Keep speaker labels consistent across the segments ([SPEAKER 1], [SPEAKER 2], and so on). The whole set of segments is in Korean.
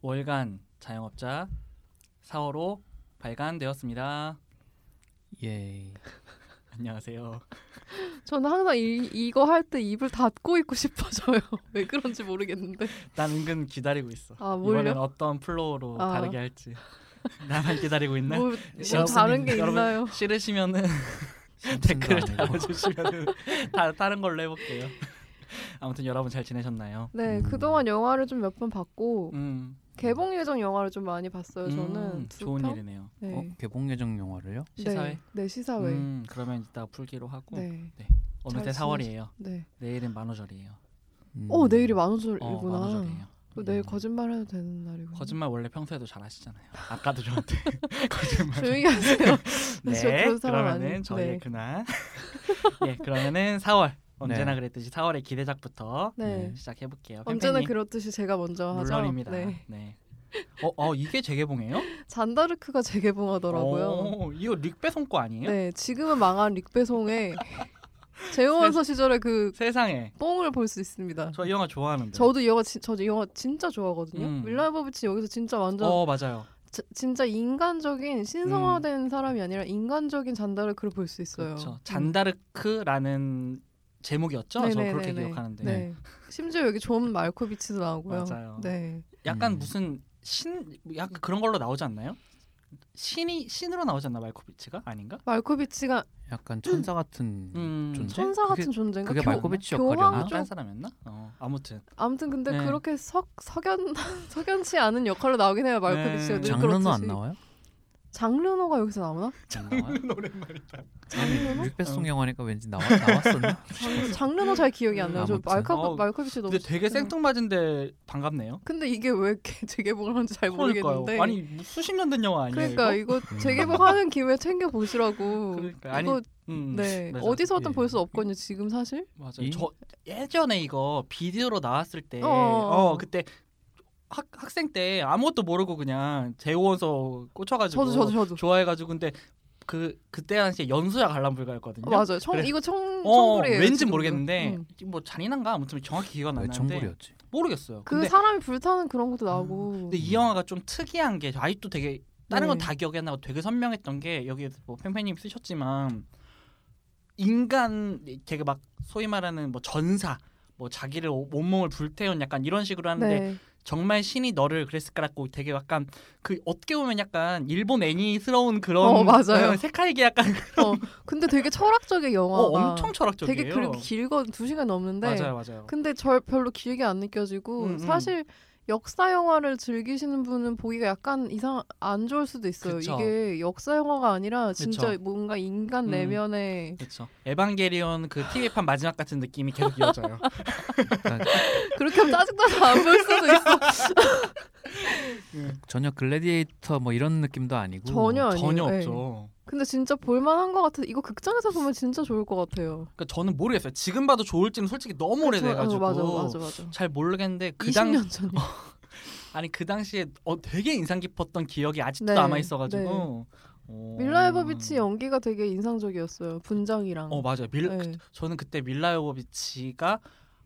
[SPEAKER 1] 월간 자영업자 4호로 발간되었습니다.
[SPEAKER 2] 예.
[SPEAKER 1] 안녕하세요.
[SPEAKER 3] 저는 항상 이, 이거 할 때 입을 닫고 있고 싶어져요. 왜 그런지 모르겠는데.
[SPEAKER 1] 난 은근 기다리고 있어.
[SPEAKER 3] 아, 뭘요?
[SPEAKER 1] 이번엔 어떤 플로우로
[SPEAKER 3] 아.
[SPEAKER 1] 다르게 할지. 나만 기다리고 있나?
[SPEAKER 3] 뭐, 뭐
[SPEAKER 1] 여러분,
[SPEAKER 3] 다른 게
[SPEAKER 1] 여러분
[SPEAKER 3] 있나요?
[SPEAKER 1] 싫으시면은 댓글을
[SPEAKER 2] 심심도 아니고.
[SPEAKER 1] 달아주시면은 다, 다른 걸로 해볼게요. 아무튼 여러분 잘 지내셨나요?
[SPEAKER 3] 네,
[SPEAKER 2] 음.
[SPEAKER 3] 그동안 영화를 좀 몇 번 봤고
[SPEAKER 1] 음,
[SPEAKER 3] 개봉 예정 영화를 좀 많이 봤어요. 어, 저는
[SPEAKER 1] 음,
[SPEAKER 3] 두
[SPEAKER 1] 좋은
[SPEAKER 3] 편?
[SPEAKER 1] 일이네요.
[SPEAKER 3] 네.
[SPEAKER 2] 어, 개봉 예정 영화를요?
[SPEAKER 1] 시사회?
[SPEAKER 3] 네, 네 시사회.
[SPEAKER 1] 음, 그러면 이따 풀기로 하고
[SPEAKER 3] 네,
[SPEAKER 1] 어느새
[SPEAKER 3] 잘
[SPEAKER 1] 4월이에요.
[SPEAKER 3] 네.
[SPEAKER 1] 내일은 만우절이에요.
[SPEAKER 2] 음.
[SPEAKER 3] 어 내일이
[SPEAKER 1] 어,
[SPEAKER 3] 만우절이구나.
[SPEAKER 1] 만우절이에요. 네.
[SPEAKER 3] 그럼 내일
[SPEAKER 2] 음.
[SPEAKER 3] 거짓말 해도 되는 날이구나.
[SPEAKER 1] 거짓말 원래 평소에도 잘 하시잖아요. 아까도 저한테 거짓말.
[SPEAKER 3] 조용히 하세요. 저
[SPEAKER 1] 네,
[SPEAKER 3] 그런 사람
[SPEAKER 1] 그러면은
[SPEAKER 3] 아니-
[SPEAKER 1] 저희의
[SPEAKER 3] 네.
[SPEAKER 1] 그날. 네, 그러면은 4월 언제나
[SPEAKER 2] 네.
[SPEAKER 1] 그랬듯이 4월의 기대작부터
[SPEAKER 3] 네.
[SPEAKER 2] 네.
[SPEAKER 1] 시작해 볼게요.
[SPEAKER 3] 언제나 그렇듯이 제가 먼저
[SPEAKER 1] 그-
[SPEAKER 3] 하죠.
[SPEAKER 1] 물론입니다.
[SPEAKER 3] 네.
[SPEAKER 1] 네. 어, 어 이게 재개봉이에요?
[SPEAKER 3] 잔다르크가 재개봉하더라고요.
[SPEAKER 1] 오, 이거 릭배송 거 아니에요?
[SPEAKER 3] 네, 지금은 망한 릭배송의 재용원서 시절의 그
[SPEAKER 1] 세상에
[SPEAKER 3] 뽕을 볼 수 있습니다.
[SPEAKER 1] 저 이 영화 좋아하는데.
[SPEAKER 3] 저도 이 영화 진- 저도 이 영화 진짜 좋아하거든요.
[SPEAKER 1] 음.
[SPEAKER 3] 밀라보비치 여기서 진짜 완전
[SPEAKER 1] 어 맞아요.
[SPEAKER 3] 지- 진짜 인간적인 신성화된 사람이 아니라 인간적인 잔다르크를 볼 수 있어요.
[SPEAKER 1] 음. 그렇죠.
[SPEAKER 3] 음.
[SPEAKER 1] 잔다르크라는 제목이었죠? 저
[SPEAKER 3] 네네네네.
[SPEAKER 1] 그렇게 기억하는데.
[SPEAKER 3] 네. 심지어 여기 존 말코비치도 나오고요.
[SPEAKER 1] 맞아요.
[SPEAKER 3] 네.
[SPEAKER 1] 약간
[SPEAKER 2] 음.
[SPEAKER 1] 무슨 신 약간 그런 걸로 나오지 않나요? 신이 신으로 나오지 않나 말코비치가 아닌가?
[SPEAKER 3] 말코비치가
[SPEAKER 1] 네?
[SPEAKER 2] 약간 천사 같은
[SPEAKER 1] 음,
[SPEAKER 2] 존재?
[SPEAKER 3] 천사
[SPEAKER 2] 그게-
[SPEAKER 3] 같은 존재인가?
[SPEAKER 2] 그게
[SPEAKER 3] 교-
[SPEAKER 2] 말코비치
[SPEAKER 3] 교황
[SPEAKER 2] 역할이었나?
[SPEAKER 1] 아,
[SPEAKER 3] 쪽-
[SPEAKER 1] 딴 사람이었나? 어, 아무튼
[SPEAKER 3] 아무튼 근데
[SPEAKER 1] 네.
[SPEAKER 3] 그렇게 석 석연 석연치 않은 역할로 나오긴 해요. 말코비치가
[SPEAKER 1] 네.
[SPEAKER 3] 늘
[SPEAKER 2] 장르는 안
[SPEAKER 3] 그렇듯이.
[SPEAKER 2] 나와요?
[SPEAKER 3] 장르노가 여기서 나오나?
[SPEAKER 2] 안 나와요?
[SPEAKER 1] 오랜만이다.
[SPEAKER 3] 장르노?
[SPEAKER 2] 뮤페송 영화니까 왠지 나와 나왔었나?
[SPEAKER 3] 장르노 잘 기억이 안 나요. 저
[SPEAKER 2] 아무튼.
[SPEAKER 3] 말코
[SPEAKER 1] 어우,
[SPEAKER 3] 말코비치 너무 음.
[SPEAKER 1] 근데 되게
[SPEAKER 3] 좋잖아요.
[SPEAKER 1] 생뚱맞은데 반갑네요.
[SPEAKER 3] 근데 이게 왜 이렇게 재개봉을 하는지 잘
[SPEAKER 1] 그러니까요.
[SPEAKER 3] 모르겠는데.
[SPEAKER 1] 아니 뭐 수십 년 된 영화 아니에요?
[SPEAKER 3] 그러니까
[SPEAKER 1] 이거? 음.
[SPEAKER 3] 이거, 재개봉하는 김에 챙겨 보시라고.
[SPEAKER 1] 그러니까, 아니,
[SPEAKER 3] 이거
[SPEAKER 1] 음,
[SPEAKER 3] 네
[SPEAKER 1] 맞아.
[SPEAKER 3] 어디서든
[SPEAKER 2] 예.
[SPEAKER 3] 볼 수 없거든요 지금 사실.
[SPEAKER 1] 맞아요.
[SPEAKER 2] 이-
[SPEAKER 1] 저 예전에 이거 비디오로 나왔을 때,
[SPEAKER 3] 어.
[SPEAKER 1] 어, 그때 학, 학생 때 아무것도 모르고 그냥 재호원서 뭐 꽂혀가지고
[SPEAKER 3] 저도 저도 저도.
[SPEAKER 1] 좋아해가지고 근데 그 그때 당시에 연수야 관람불가였거든요.
[SPEAKER 3] 어, 맞아요. 청
[SPEAKER 1] 그래.
[SPEAKER 3] 이거 청
[SPEAKER 1] 어,
[SPEAKER 3] 청불이에요.
[SPEAKER 1] 왠지
[SPEAKER 3] 지금도.
[SPEAKER 1] 모르겠는데
[SPEAKER 3] 음.
[SPEAKER 1] 뭐 잔인한가 아무튼 정확히 기억 안
[SPEAKER 2] 왜
[SPEAKER 1] 나는데
[SPEAKER 2] 청불이었지?
[SPEAKER 1] 모르겠어요.
[SPEAKER 3] 그
[SPEAKER 1] 근데, 음,
[SPEAKER 3] 사람이 불타는 그런 것도 나오고.
[SPEAKER 1] 근데
[SPEAKER 2] 음.
[SPEAKER 1] 이 영화가 좀 특이한 게 아직도 되게 다른 건
[SPEAKER 3] 네.
[SPEAKER 1] 다 기억이 안 나고 되게 선명했던 게 여기 뭐 팽팽님 쓰셨지만 인간 되게 막 소위 말하는 뭐 전사 뭐 자기를 오- 온몸을 불태운 약간 이런 식으로 하는데
[SPEAKER 3] 네.
[SPEAKER 1] 정말 신이 너를 그랬을까라고 되게 약간 그 어떻게 보면 약간 일본 애니스러운 그런 네,
[SPEAKER 3] 어, 맞아요.
[SPEAKER 1] 색깔이게 약간
[SPEAKER 3] 어 근데 되게 철학적인
[SPEAKER 1] 어,
[SPEAKER 3] 영화가.
[SPEAKER 1] 엄청 철학적이에요.
[SPEAKER 3] 되게 네. 그 길건 두 시간 넘는데.
[SPEAKER 1] 맞아요, 맞아요.
[SPEAKER 3] 근데 절 별로 길게 안 느껴지고
[SPEAKER 1] 음, 음.
[SPEAKER 3] 사실 역사 영화를 즐기시는 분은 보기가 약간 이상 안 좋을 수도 있어요.
[SPEAKER 1] 그쵸.
[SPEAKER 3] 이게 역사 영화가 아니라 진짜
[SPEAKER 1] 그쵸.
[SPEAKER 3] 뭔가 인간
[SPEAKER 1] 음.
[SPEAKER 3] 내면의
[SPEAKER 1] 그렇죠. 에반게리온 그 TV판 마지막 같은 느낌이 계속 이어져요.
[SPEAKER 3] 그렇게 하면 짜증나서 안 볼 수도 있어.
[SPEAKER 2] 전혀 글래디에이터 뭐 이런 느낌도 아니고
[SPEAKER 3] 전혀 아니에요.
[SPEAKER 1] 전혀
[SPEAKER 3] 예.
[SPEAKER 1] 없죠.
[SPEAKER 3] 근데 진짜 볼만한 것 같아. 이거 극장에서 보면 진짜 좋을 것 같아요.
[SPEAKER 1] 그러니까 저는 모르겠어요. 지금 봐도 좋을지는 솔직히 너무 오래돼가지고
[SPEAKER 3] 어, 맞아, 맞아, 맞아.
[SPEAKER 1] 잘 모르겠는데 그 당
[SPEAKER 3] 20년 전이.
[SPEAKER 1] 아니 그 당시에 어, 되게 인상 깊었던 기억이 아직도
[SPEAKER 3] 네,
[SPEAKER 1] 남아 있어가지고 어.
[SPEAKER 3] 밀라 요보비치 연기가 되게 인상적이었어요. 분장이랑.
[SPEAKER 1] 어 맞아요. 밀
[SPEAKER 3] 네.
[SPEAKER 1] 저는 그때 밀라 요보비치가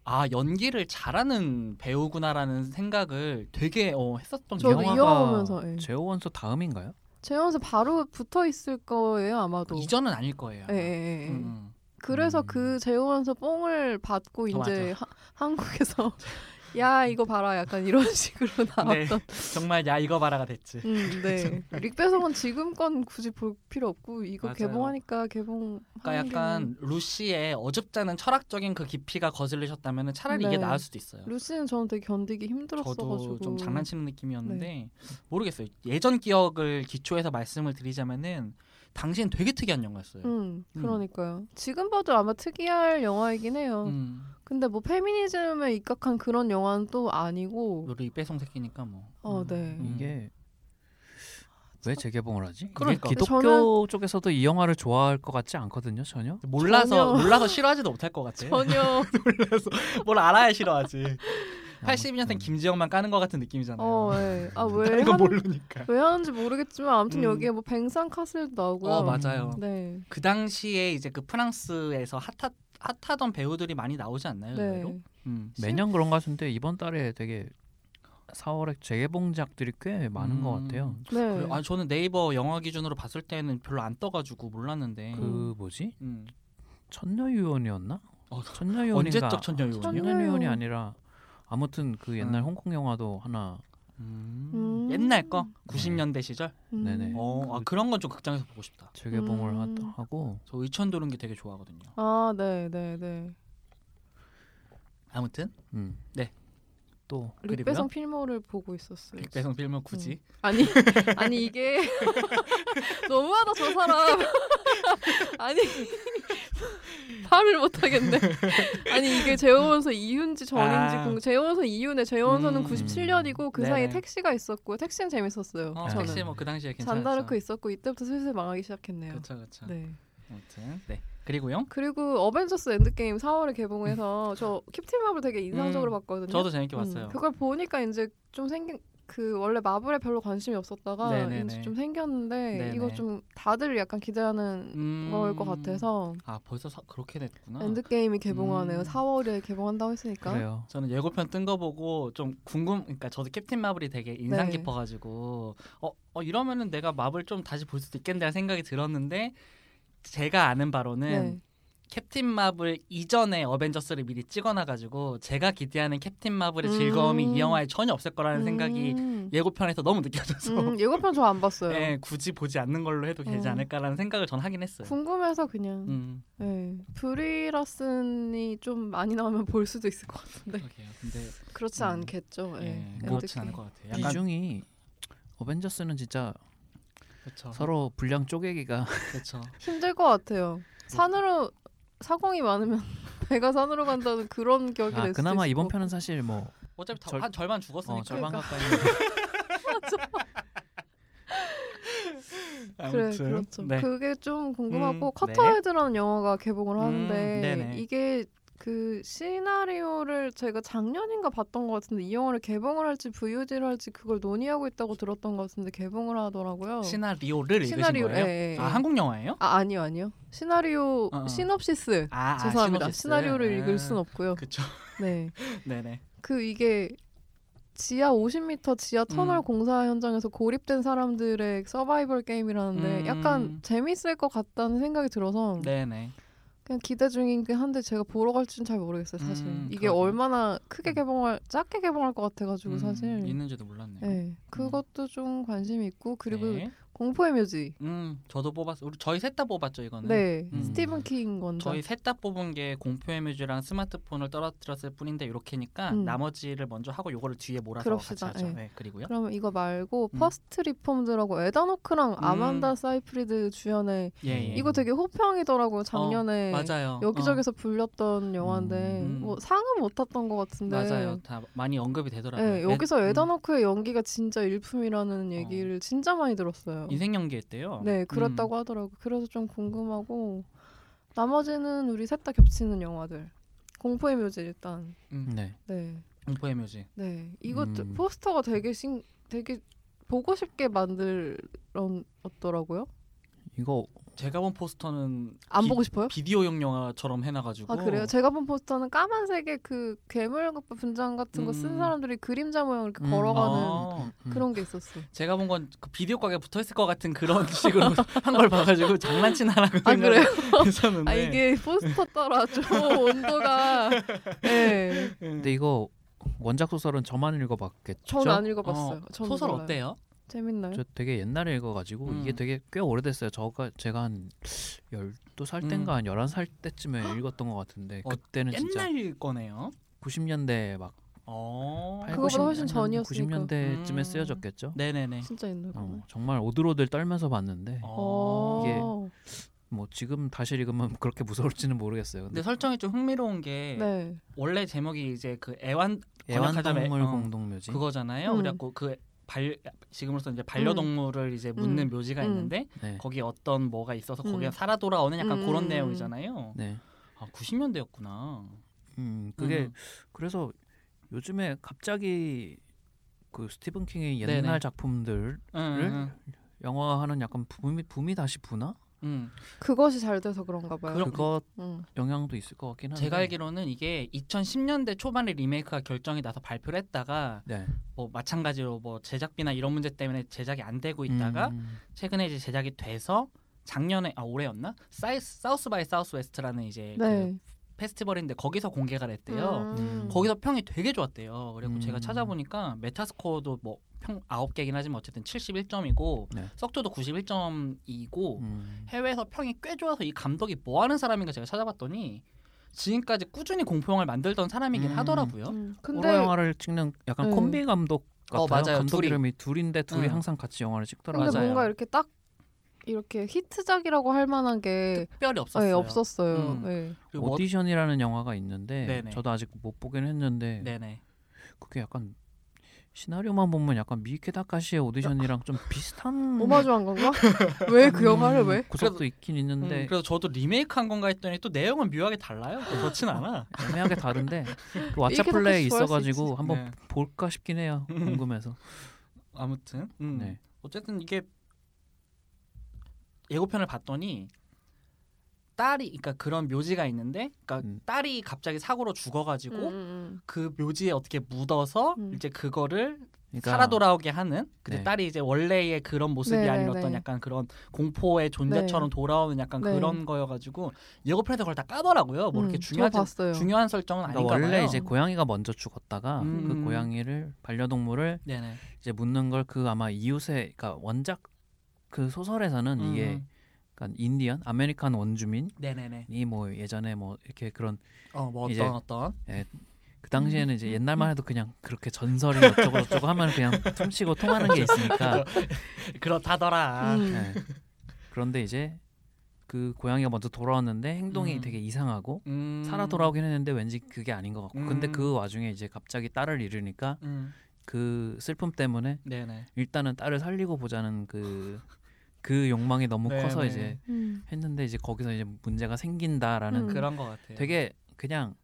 [SPEAKER 1] 아 연기를 잘하는 배우구나라는 생각을 되게 어, 했었던
[SPEAKER 3] 저도
[SPEAKER 1] 영화가
[SPEAKER 3] 이 영화 보면서 예.
[SPEAKER 2] 제오 원서 다음인가요?
[SPEAKER 3] 재현에서 바로 붙어 있을 거예요 아마도.
[SPEAKER 1] 이전은 아닐 거예요.
[SPEAKER 3] 예, 예, 예.
[SPEAKER 1] 음,
[SPEAKER 3] 그래서
[SPEAKER 2] 음.
[SPEAKER 3] 그 재혼에서 뽕을 받고
[SPEAKER 1] 어,
[SPEAKER 3] 이제 하- 한국에서 야 이거 봐라 약간 이런 식으로
[SPEAKER 1] 네.
[SPEAKER 3] 나왔던.
[SPEAKER 1] 정말 야 이거 봐라가 됐지.
[SPEAKER 3] 음, 네. 릭배송은 지금 건 굳이 볼 필요 없고 이거
[SPEAKER 1] 맞아요.
[SPEAKER 3] 개봉하니까 개봉.
[SPEAKER 1] 그러니까 약간 루시의 어줍잖은 철학적인 그 깊이가 거슬리셨다면 차라리 이게
[SPEAKER 3] 네.
[SPEAKER 1] 나을 수도 있어요.
[SPEAKER 3] 루시는 저는 되게 견디기 힘들었어가지고. 네.
[SPEAKER 1] 저도 좀 장난치는 느낌이었는데 모르겠어요. 예전 기억을 기초해서 말씀을 드리자면은 당신 되게 특이한 영화였어요.
[SPEAKER 3] 음, 그러니까요. 지금 봐도 아마 특이할 영화이긴 해요.
[SPEAKER 1] 음,
[SPEAKER 3] 근데 뭐 페미니즘에 입각한 그런 영화는 또 아니고.
[SPEAKER 1] 우리 빼송 새끼니까 뭐.
[SPEAKER 3] 어,
[SPEAKER 1] 음.
[SPEAKER 3] 네.
[SPEAKER 1] 음.
[SPEAKER 2] 이게 왜 재개봉을 하지?
[SPEAKER 1] 그러니까.
[SPEAKER 2] 이게 기독교
[SPEAKER 3] 저는-
[SPEAKER 2] 쪽에서도 이 영화를 좋아할 것 같지 않거든요, 전혀.
[SPEAKER 1] 몰라서
[SPEAKER 3] 전혀-
[SPEAKER 1] 몰라서 싫어하지도 못할 것 같아.
[SPEAKER 3] 전혀.
[SPEAKER 1] 뭘 알아야 싫어하지. 82년생
[SPEAKER 2] 아무튼.
[SPEAKER 1] 김지영만 까는 것 같은 느낌이잖아요.
[SPEAKER 3] 어, 예. 아왜
[SPEAKER 1] 다른 거 모르니까.
[SPEAKER 3] 왜 하는지 모르겠지만 아무튼
[SPEAKER 1] 음.
[SPEAKER 3] 여기에 뭐 뱅상 카슬도 나오고요.
[SPEAKER 1] 어 맞아요.
[SPEAKER 3] 네.
[SPEAKER 1] 그 당시에 이제 그 프랑스에서 핫하, 핫하던 배우들이 많이 나오지 않나요?
[SPEAKER 3] 네.
[SPEAKER 1] 의외로? 음.
[SPEAKER 2] 매년 그런 것 같은데 이번 달에 되게 4월에 재개봉작들이 꽤 많은 것 같아요.
[SPEAKER 3] 네.
[SPEAKER 1] 그래, 아 저는 네이버 영화 기준으로 봤을 때는 별로 안 떠가지고 몰랐는데.
[SPEAKER 2] 그 뭐지?
[SPEAKER 1] 음.
[SPEAKER 2] 천녀유언이었나?
[SPEAKER 1] 어,
[SPEAKER 2] 천녀유언인가?
[SPEAKER 1] 언제적 아, 천녀유언이요?
[SPEAKER 3] 천-
[SPEAKER 2] 천녀유언이 아니라 아무튼 그 옛날
[SPEAKER 1] 음.
[SPEAKER 2] 홍콩 영화도 하나
[SPEAKER 1] 음.
[SPEAKER 3] 음.
[SPEAKER 1] 옛날 거 90년대 시절.
[SPEAKER 3] 음.
[SPEAKER 2] 네네.
[SPEAKER 1] 어, 아 그런 건 좀 극장에서 보고 싶다.
[SPEAKER 2] 재개봉을 하-
[SPEAKER 3] 음.
[SPEAKER 2] 하고
[SPEAKER 1] 저 의천 도는게 되게 좋아하거든요.
[SPEAKER 3] 아, 네, 네, 네.
[SPEAKER 1] 아무튼
[SPEAKER 2] 음.
[SPEAKER 1] 네.
[SPEAKER 2] 또
[SPEAKER 1] 그리고요?
[SPEAKER 3] 릭배송 필모를 보고 있었어요.
[SPEAKER 1] 백배송 필면 굳이
[SPEAKER 3] 아니, 아니 이게 너무하다 저 사람. 아니 말을 못 하겠네. 아니 이게 재원서 이윤지 정인지
[SPEAKER 1] 아.
[SPEAKER 3] 궁 재원서 이윤에 재원서는
[SPEAKER 1] 음.
[SPEAKER 3] 97년이고 그 사이에
[SPEAKER 1] 네네.
[SPEAKER 3] 택시가 있었고 택시는 재밌었어요.
[SPEAKER 1] 어,
[SPEAKER 3] 그렇죠. 저는
[SPEAKER 1] 택시 뭐그 당시에 괜찮았어.
[SPEAKER 3] 잔다르크 있었고 이때부터 슬슬 망하기 시작했네요.
[SPEAKER 1] 그렇죠, 그렇죠.
[SPEAKER 3] 네.
[SPEAKER 1] 아무튼 네 그리고요.
[SPEAKER 3] 그리고 어벤져스 엔드게임 4월에 개봉해서 저 캡틴 마블 되게 인상적으로
[SPEAKER 1] 음,
[SPEAKER 3] 봤거든요.
[SPEAKER 1] 저도 재밌게
[SPEAKER 3] 음,
[SPEAKER 1] 봤어요.
[SPEAKER 3] 그걸 보니까 이제 좀 생긴 그 원래 마블에 별로 관심이 없었다가
[SPEAKER 1] 네네네.
[SPEAKER 3] 이제 좀 생겼는데
[SPEAKER 1] 네네.
[SPEAKER 3] 이거 좀 다들 약간 기대하는
[SPEAKER 1] 음.
[SPEAKER 3] 거일 것 같아서
[SPEAKER 1] 아 벌써 사, 그렇게 됐구나.
[SPEAKER 3] 엔드 게임이 개봉하네요.
[SPEAKER 1] 음.
[SPEAKER 3] 4월에 개봉한다고 했으니까.
[SPEAKER 2] 그래요.
[SPEAKER 1] 저는 예고편 뜬 거 보고 좀 궁금, 그러니까 저도 캡틴 마블이 되게 인상
[SPEAKER 3] 네.
[SPEAKER 1] 깊어가지고 어, 어 이러면은 내가 마블 좀 다시 볼 수도 있겠다는 생각이 들었는데 제가 아는 바로는
[SPEAKER 3] 네.
[SPEAKER 1] 캡틴 마블 이전에 어벤져스를 미리 찍어놔가지고 제가 기대하는 captain 마블의
[SPEAKER 3] 음.
[SPEAKER 1] 즐거움이 이 영화에 전혀 없을 거라는
[SPEAKER 3] 음.
[SPEAKER 1] 생각이 예고편에서 너무 느껴져서
[SPEAKER 3] 음, 예고편 저 안 봤어요.
[SPEAKER 1] 예, 굳이 보지 않는 걸로 해도 되지
[SPEAKER 3] 음.
[SPEAKER 1] 않을까라는 생각을 전 하긴 했어요.
[SPEAKER 3] 궁금해서 그냥.
[SPEAKER 1] 음.
[SPEAKER 3] 네. 브리라슨이 좀 많이 나오면 볼 수도 있을 것 같은데
[SPEAKER 1] 그러게요. 근데
[SPEAKER 3] 그렇지
[SPEAKER 1] 음.
[SPEAKER 3] 않겠죠. 예.
[SPEAKER 1] 예,
[SPEAKER 3] 엔드
[SPEAKER 1] 그렇진
[SPEAKER 3] 게임.
[SPEAKER 1] 않을 것 같아요. 약간
[SPEAKER 2] 비중이 어벤져스는 진짜
[SPEAKER 1] 그렇죠.
[SPEAKER 2] 서로 분량 쪼개기가
[SPEAKER 1] 그렇죠.
[SPEAKER 3] 힘들 것 같아요. 산으로 사공이 많으면 배가 산으로 간다는 그런 기억이 날
[SPEAKER 2] 아,
[SPEAKER 3] 수도
[SPEAKER 2] 그나마
[SPEAKER 3] 있을
[SPEAKER 2] 이번
[SPEAKER 3] 것
[SPEAKER 2] 편은 사실 뭐
[SPEAKER 1] 어차피 다,
[SPEAKER 2] 절-
[SPEAKER 1] 한 절반 죽었으니까
[SPEAKER 2] 어, 절반
[SPEAKER 3] 그러니까.
[SPEAKER 2] 가까이
[SPEAKER 3] 그래 그렇죠.
[SPEAKER 1] 네.
[SPEAKER 3] 그게 좀 궁금하고
[SPEAKER 1] 음,
[SPEAKER 3] 커터헤드라는 영화가 개봉을
[SPEAKER 1] 음,
[SPEAKER 3] 하는데
[SPEAKER 1] 네네.
[SPEAKER 3] 이게 그 시나리오를 제가 작년인가 봤던 것 같은데 이 영화를 개봉을 할지 VOD를 할지 그걸 논의하고 있다고 들었던 것 같은데 개봉을 하더라고요.
[SPEAKER 1] 시나리오를 읽으신
[SPEAKER 3] 시나리오를-
[SPEAKER 1] 거예요?
[SPEAKER 3] 예, 예, 예.
[SPEAKER 1] 아 한국 영화예요?
[SPEAKER 3] 아 아니요 아니요 시나리오
[SPEAKER 1] 어, 어.
[SPEAKER 3] 시놉시스
[SPEAKER 1] 아, 아
[SPEAKER 3] 죄송합니다 시나리오를 읽을 순
[SPEAKER 1] 순
[SPEAKER 3] 없고요.
[SPEAKER 1] 그렇죠.
[SPEAKER 3] 네.
[SPEAKER 1] 네네.
[SPEAKER 3] 그 이게 지하 50m 지하 터널
[SPEAKER 1] 음.
[SPEAKER 3] 공사 현장에서 고립된 사람들의 서바이벌 게임이라는데
[SPEAKER 1] 음.
[SPEAKER 3] 약간 재밌을 것 같다는 생각이 들어서
[SPEAKER 1] 네네.
[SPEAKER 3] 그냥 기대 중이긴 한데 제가 보러 갈지는 잘 모르겠어요 사실
[SPEAKER 1] 음,
[SPEAKER 3] 이게
[SPEAKER 1] 그러게요.
[SPEAKER 3] 얼마나 크게 개봉할 작게 개봉할 것 같아가지고
[SPEAKER 1] 음,
[SPEAKER 3] 사실
[SPEAKER 1] 있는지도 몰랐네요.
[SPEAKER 3] 네 그것도 좀 관심이 있고 그리고
[SPEAKER 1] 네.
[SPEAKER 3] 공포의 묘지
[SPEAKER 1] 음 저도 뽑았 우리 저희 셋 다 뽑았죠 이거는.
[SPEAKER 3] 네
[SPEAKER 1] 음.
[SPEAKER 3] 스티븐 킹 원작
[SPEAKER 1] 저희 셋 다 뽑은 게 공포의 뮤즈랑 스마트폰을 떨어뜨렸을 뿐인데 이렇게니까
[SPEAKER 3] 음.
[SPEAKER 1] 나머지를 먼저 하고 요거를 뒤에 몰아서
[SPEAKER 3] 그럽시다.
[SPEAKER 1] 같이 하죠.
[SPEAKER 3] 예.
[SPEAKER 1] 네, 그리고요.
[SPEAKER 3] 그러면 이거 말고
[SPEAKER 1] 음.
[SPEAKER 3] 퍼스트 리폼드라고 에다노크랑 아만다 사이프리드 주연의
[SPEAKER 1] 예, 예.
[SPEAKER 3] 이거 되게 호평이더라고요 작년에
[SPEAKER 1] 어, 맞아요.
[SPEAKER 3] 여기저기서 불렸던 영화인데
[SPEAKER 1] 어. 음.
[SPEAKER 3] 뭐 상은 못 탔던 것
[SPEAKER 1] 어,
[SPEAKER 3] 같은데
[SPEAKER 1] 맞아요. 다 많이 언급이 되더라고요.
[SPEAKER 3] 네, 여기서
[SPEAKER 1] 네, 음, 어.
[SPEAKER 3] 에다노크의 연기가 진짜 일품이라는 얘기를 진짜 많이 들었어요.
[SPEAKER 1] 인생 연기했대요. 음,
[SPEAKER 3] 네, 그렇다고 하더라고. 그래서 좀 궁금하고 나머지는 우리 셋 다 겹치는 영화들. 공포의 묘지 일단.
[SPEAKER 1] 음, 음.
[SPEAKER 2] 네.
[SPEAKER 3] 네,
[SPEAKER 1] 공포의 뮤즈.
[SPEAKER 3] 네. 이거
[SPEAKER 2] 음.
[SPEAKER 3] 드- 포스터가 되게 신, 되게 보고 싶게 만들었더라고요.
[SPEAKER 2] 이거
[SPEAKER 1] 제가 본 포스터는
[SPEAKER 3] 안
[SPEAKER 1] 비-
[SPEAKER 3] 보고 싶어요?
[SPEAKER 1] 비디오용 영화처럼 해놔가지고.
[SPEAKER 3] 아 그래요? 제가 본 포스터는 까만색의 그 괴물 분장 같은 거 쓴
[SPEAKER 1] 음.
[SPEAKER 3] 사람들이 그림자 모양 이렇게
[SPEAKER 2] 음.
[SPEAKER 3] 걸어가는
[SPEAKER 1] 아,
[SPEAKER 2] 음.
[SPEAKER 3] 그런 게 있었어.
[SPEAKER 1] 제가 본 건그 비디오 가게 붙어 있을 것 같은 그런 식으로 한 걸 봐가지고 장난치나라고
[SPEAKER 3] 아 그래요?
[SPEAKER 1] 했었는데.
[SPEAKER 3] 아 이게 포스터 따라 좀
[SPEAKER 1] 어.
[SPEAKER 3] 온도가 네.
[SPEAKER 1] 예.
[SPEAKER 2] 근데 이거 원작 소설은 저만 읽어봤겠죠?
[SPEAKER 3] 전 안 읽어봤어요.
[SPEAKER 1] 어,
[SPEAKER 3] 저는
[SPEAKER 1] 소설
[SPEAKER 3] 몰라요.
[SPEAKER 1] 어때요?
[SPEAKER 3] 재밌나요?
[SPEAKER 2] 저 되게 옛날에 읽어가지고
[SPEAKER 1] 네? 음.
[SPEAKER 2] 이게 되게 꽤 오래됐어요. 저가 제가 한 12살
[SPEAKER 1] 음.
[SPEAKER 2] 땐가 한 11살 때쯤에 읽었던 것 같은데
[SPEAKER 1] 어,
[SPEAKER 2] 그때는 진짜
[SPEAKER 1] 옛날 거네요.
[SPEAKER 2] 90년대 막
[SPEAKER 1] 어.
[SPEAKER 2] 팔,
[SPEAKER 3] 그거보다 뭐-
[SPEAKER 2] 구십-
[SPEAKER 3] 훨씬
[SPEAKER 2] 한
[SPEAKER 3] 전이었으니까.
[SPEAKER 2] 90년대쯤에
[SPEAKER 1] 음.
[SPEAKER 2] 쓰여졌겠죠.
[SPEAKER 1] 네네네.
[SPEAKER 3] 진짜 옛날 거.
[SPEAKER 2] 어, 정말 오들오들 떨면서 봤는데
[SPEAKER 1] 어.
[SPEAKER 3] 어.
[SPEAKER 2] 이게- 뭐 지금 다시 읽으면 그렇게 무서울지는 모르겠어요.
[SPEAKER 1] 근데
[SPEAKER 2] 근데
[SPEAKER 1] 설정이 좀 흥미로운 게
[SPEAKER 3] 네.
[SPEAKER 1] 원래 제목이 이제 그 애완 번역하자면,
[SPEAKER 2] 애완동물
[SPEAKER 1] 어,
[SPEAKER 2] 공동묘지
[SPEAKER 1] 그거잖아요.
[SPEAKER 3] 음.
[SPEAKER 1] 그래갖고 그 발 지금으로서 이제 반려동물을 이제 묻는
[SPEAKER 3] 음.
[SPEAKER 1] 묘지가
[SPEAKER 3] 음.
[SPEAKER 1] 있는데
[SPEAKER 2] 네.
[SPEAKER 1] 거기 어떤 뭐가 있어서
[SPEAKER 3] 음.
[SPEAKER 1] 거기가 살아 돌아오는 약간
[SPEAKER 3] 음.
[SPEAKER 1] 그런 내용이잖아요.
[SPEAKER 2] 네.
[SPEAKER 1] 아 90년대였구나.
[SPEAKER 2] 음, 그게
[SPEAKER 1] 음.
[SPEAKER 2] 그래서 요즘에 갑자기 그 스티븐 킹의
[SPEAKER 1] 네네.
[SPEAKER 2] 옛날 작품들
[SPEAKER 1] 음, 음.
[SPEAKER 2] 영화하는 약간 붐이 붐이 다시 부나?
[SPEAKER 1] 음,
[SPEAKER 3] 그것이 잘 돼서 그런가 봐요.
[SPEAKER 1] 그럼-
[SPEAKER 2] 그것
[SPEAKER 3] 음.
[SPEAKER 2] 영향도 있을 것 같긴 한데.
[SPEAKER 1] 제가 알기로는 이게 2010년대 초반에 리메이크가 결정이 나서 발표를 했다가
[SPEAKER 2] 네.
[SPEAKER 1] 뭐 마찬가지로 뭐 제작비나 이런 문제 때문에 제작이 안 되고 있다가
[SPEAKER 2] 음,
[SPEAKER 1] 최근에 이제 제작이 돼서 작년에 아 올해였나 사이, 사우스 바이 사우스 웨스트라는 이제 그
[SPEAKER 3] 네.
[SPEAKER 1] 페스티벌인데 거기서 공개가 됐대요.
[SPEAKER 3] 음.
[SPEAKER 1] 거기서 평이 되게 좋았대요. 그리고
[SPEAKER 2] 음.
[SPEAKER 1] 제가 찾아보니까 메타스코어도 뭐평 9개긴 하지만 어쨌든 71점이고
[SPEAKER 2] 네.
[SPEAKER 1] 석조도 91점이고
[SPEAKER 2] 음.
[SPEAKER 1] 해외에서 평이 꽤 좋아서 이 감독이 뭐 하는 사람인가 제가 찾아봤더니 지금까지 꾸준히 공포영화를 만들던 사람이긴
[SPEAKER 2] 음.
[SPEAKER 1] 하더라고요.
[SPEAKER 3] 음.
[SPEAKER 2] 호러
[SPEAKER 3] 근데
[SPEAKER 2] 영화를 찍는 약간
[SPEAKER 3] 네.
[SPEAKER 2] 콤비 감독 같아요.
[SPEAKER 1] 어, 맞아요.
[SPEAKER 2] 감독
[SPEAKER 1] 둘이.
[SPEAKER 2] 이름이 둘인데 둘이
[SPEAKER 1] 응.
[SPEAKER 2] 항상 같이 영화를 찍더라고요.
[SPEAKER 3] 근데 뭐
[SPEAKER 1] 맞아요.
[SPEAKER 3] 뭔가 이렇게 딱 이렇게 히트작이라고 할 만한 게
[SPEAKER 1] 특별히 없었어요.
[SPEAKER 3] 네, 없었어요.
[SPEAKER 1] 음.
[SPEAKER 3] 네.
[SPEAKER 1] 그리고 뭐-
[SPEAKER 2] 오디션이라는 영화가 있는데
[SPEAKER 1] 네네.
[SPEAKER 2] 저도 아직 못 보긴 했는데
[SPEAKER 1] 네네.
[SPEAKER 2] 그게 약간 시나리오만 보면 약간 미케 다카시의 오디션이랑 좀 비슷한
[SPEAKER 3] 뭐 오마주한 건가? 왜
[SPEAKER 1] 음.
[SPEAKER 3] 그 영화를 왜?
[SPEAKER 2] 구석도
[SPEAKER 1] 그래도-
[SPEAKER 2] 있긴 있는데
[SPEAKER 1] 음, 그래서 저도 리메이크한 건가 했더니 또 내용은 묘하게 달라요. 그렇진 않아.
[SPEAKER 2] 애매하게 다른데 그 왓챠
[SPEAKER 3] 이렇게
[SPEAKER 2] 플레이
[SPEAKER 3] 다카시 좋아할 수
[SPEAKER 2] 있어가지고
[SPEAKER 3] 있지.
[SPEAKER 2] 한번
[SPEAKER 1] 네.
[SPEAKER 2] 볼까 싶긴 해요. 궁금해서.
[SPEAKER 1] 아무튼 음.
[SPEAKER 2] 네.
[SPEAKER 1] 어쨌든 이게 예고편을 봤더니 딸이 그러니까 그런 묘지가 있는데 그러니까
[SPEAKER 2] 음.
[SPEAKER 1] 딸이 갑자기 사고로 죽어가지고
[SPEAKER 3] 음, 음,
[SPEAKER 1] 그 묘지에 어떻게 묻어서
[SPEAKER 3] 음.
[SPEAKER 1] 이제 그거를
[SPEAKER 2] 그러니까
[SPEAKER 1] 살아 돌아오게 하는 근데
[SPEAKER 2] 네.
[SPEAKER 1] 딸이 이제 원래의 그런 모습이
[SPEAKER 3] 네,
[SPEAKER 1] 아닌
[SPEAKER 3] 네,
[SPEAKER 1] 어떤
[SPEAKER 3] 네.
[SPEAKER 1] 약간 그런 공포의 존재처럼 돌아오는 약간
[SPEAKER 3] 네.
[SPEAKER 1] 그런 거여가지고 예고편에서 그걸 다 까더라고요 뭐 이렇게
[SPEAKER 3] 음,
[SPEAKER 1] 중요한
[SPEAKER 3] 저 봤어요.
[SPEAKER 1] 중요한 설정은
[SPEAKER 2] 그러니까
[SPEAKER 1] 아닌가
[SPEAKER 2] 원래
[SPEAKER 1] 봐요.
[SPEAKER 2] 이제 고양이가 먼저 죽었다가
[SPEAKER 1] 음.
[SPEAKER 2] 그 고양이를 반려동물을
[SPEAKER 1] 네네
[SPEAKER 2] 이제 묻는 걸 그 아마 이웃의 그러니까 원작 그 소설에서는
[SPEAKER 1] 음,
[SPEAKER 2] 이게
[SPEAKER 1] 음.
[SPEAKER 2] 약간 인디언 아메리칸 원주민이
[SPEAKER 1] 네네네
[SPEAKER 2] 뭐 예전에 뭐 이렇게 그런
[SPEAKER 1] 어뭐 어떤
[SPEAKER 2] 이제
[SPEAKER 1] 어떤 음.
[SPEAKER 2] 그 당시에는 이제 옛날만 해도 그냥 그렇게 전설이 뭐 어쩌고 저쩌고 하면 그냥 퉁치고 통하는 게 있으니까
[SPEAKER 1] 그렇다더라
[SPEAKER 3] 음.
[SPEAKER 2] 네. 그런데 이제 그 고양이가 먼저 돌아왔는데 행동이
[SPEAKER 1] 음.
[SPEAKER 2] 되게 이상하고
[SPEAKER 1] 음.
[SPEAKER 2] 살아 돌아오긴 했는데 왠지 그게 아닌 것 같고 근데
[SPEAKER 1] 음.
[SPEAKER 2] 그 와중에 이제 갑자기 딸을 잃으니까
[SPEAKER 1] 음.
[SPEAKER 2] 그 슬픔 때문에
[SPEAKER 1] 네네
[SPEAKER 2] 일단은 딸을 살리고 보자는 그 그 욕망이 너무
[SPEAKER 1] 네,
[SPEAKER 2] 커서
[SPEAKER 1] 네.
[SPEAKER 2] 이제
[SPEAKER 3] 음.
[SPEAKER 2] 했는데 이제 거기서 이제 문제가 생긴다라는
[SPEAKER 3] 음.
[SPEAKER 1] 그런 것 같아요.
[SPEAKER 2] 되게 그냥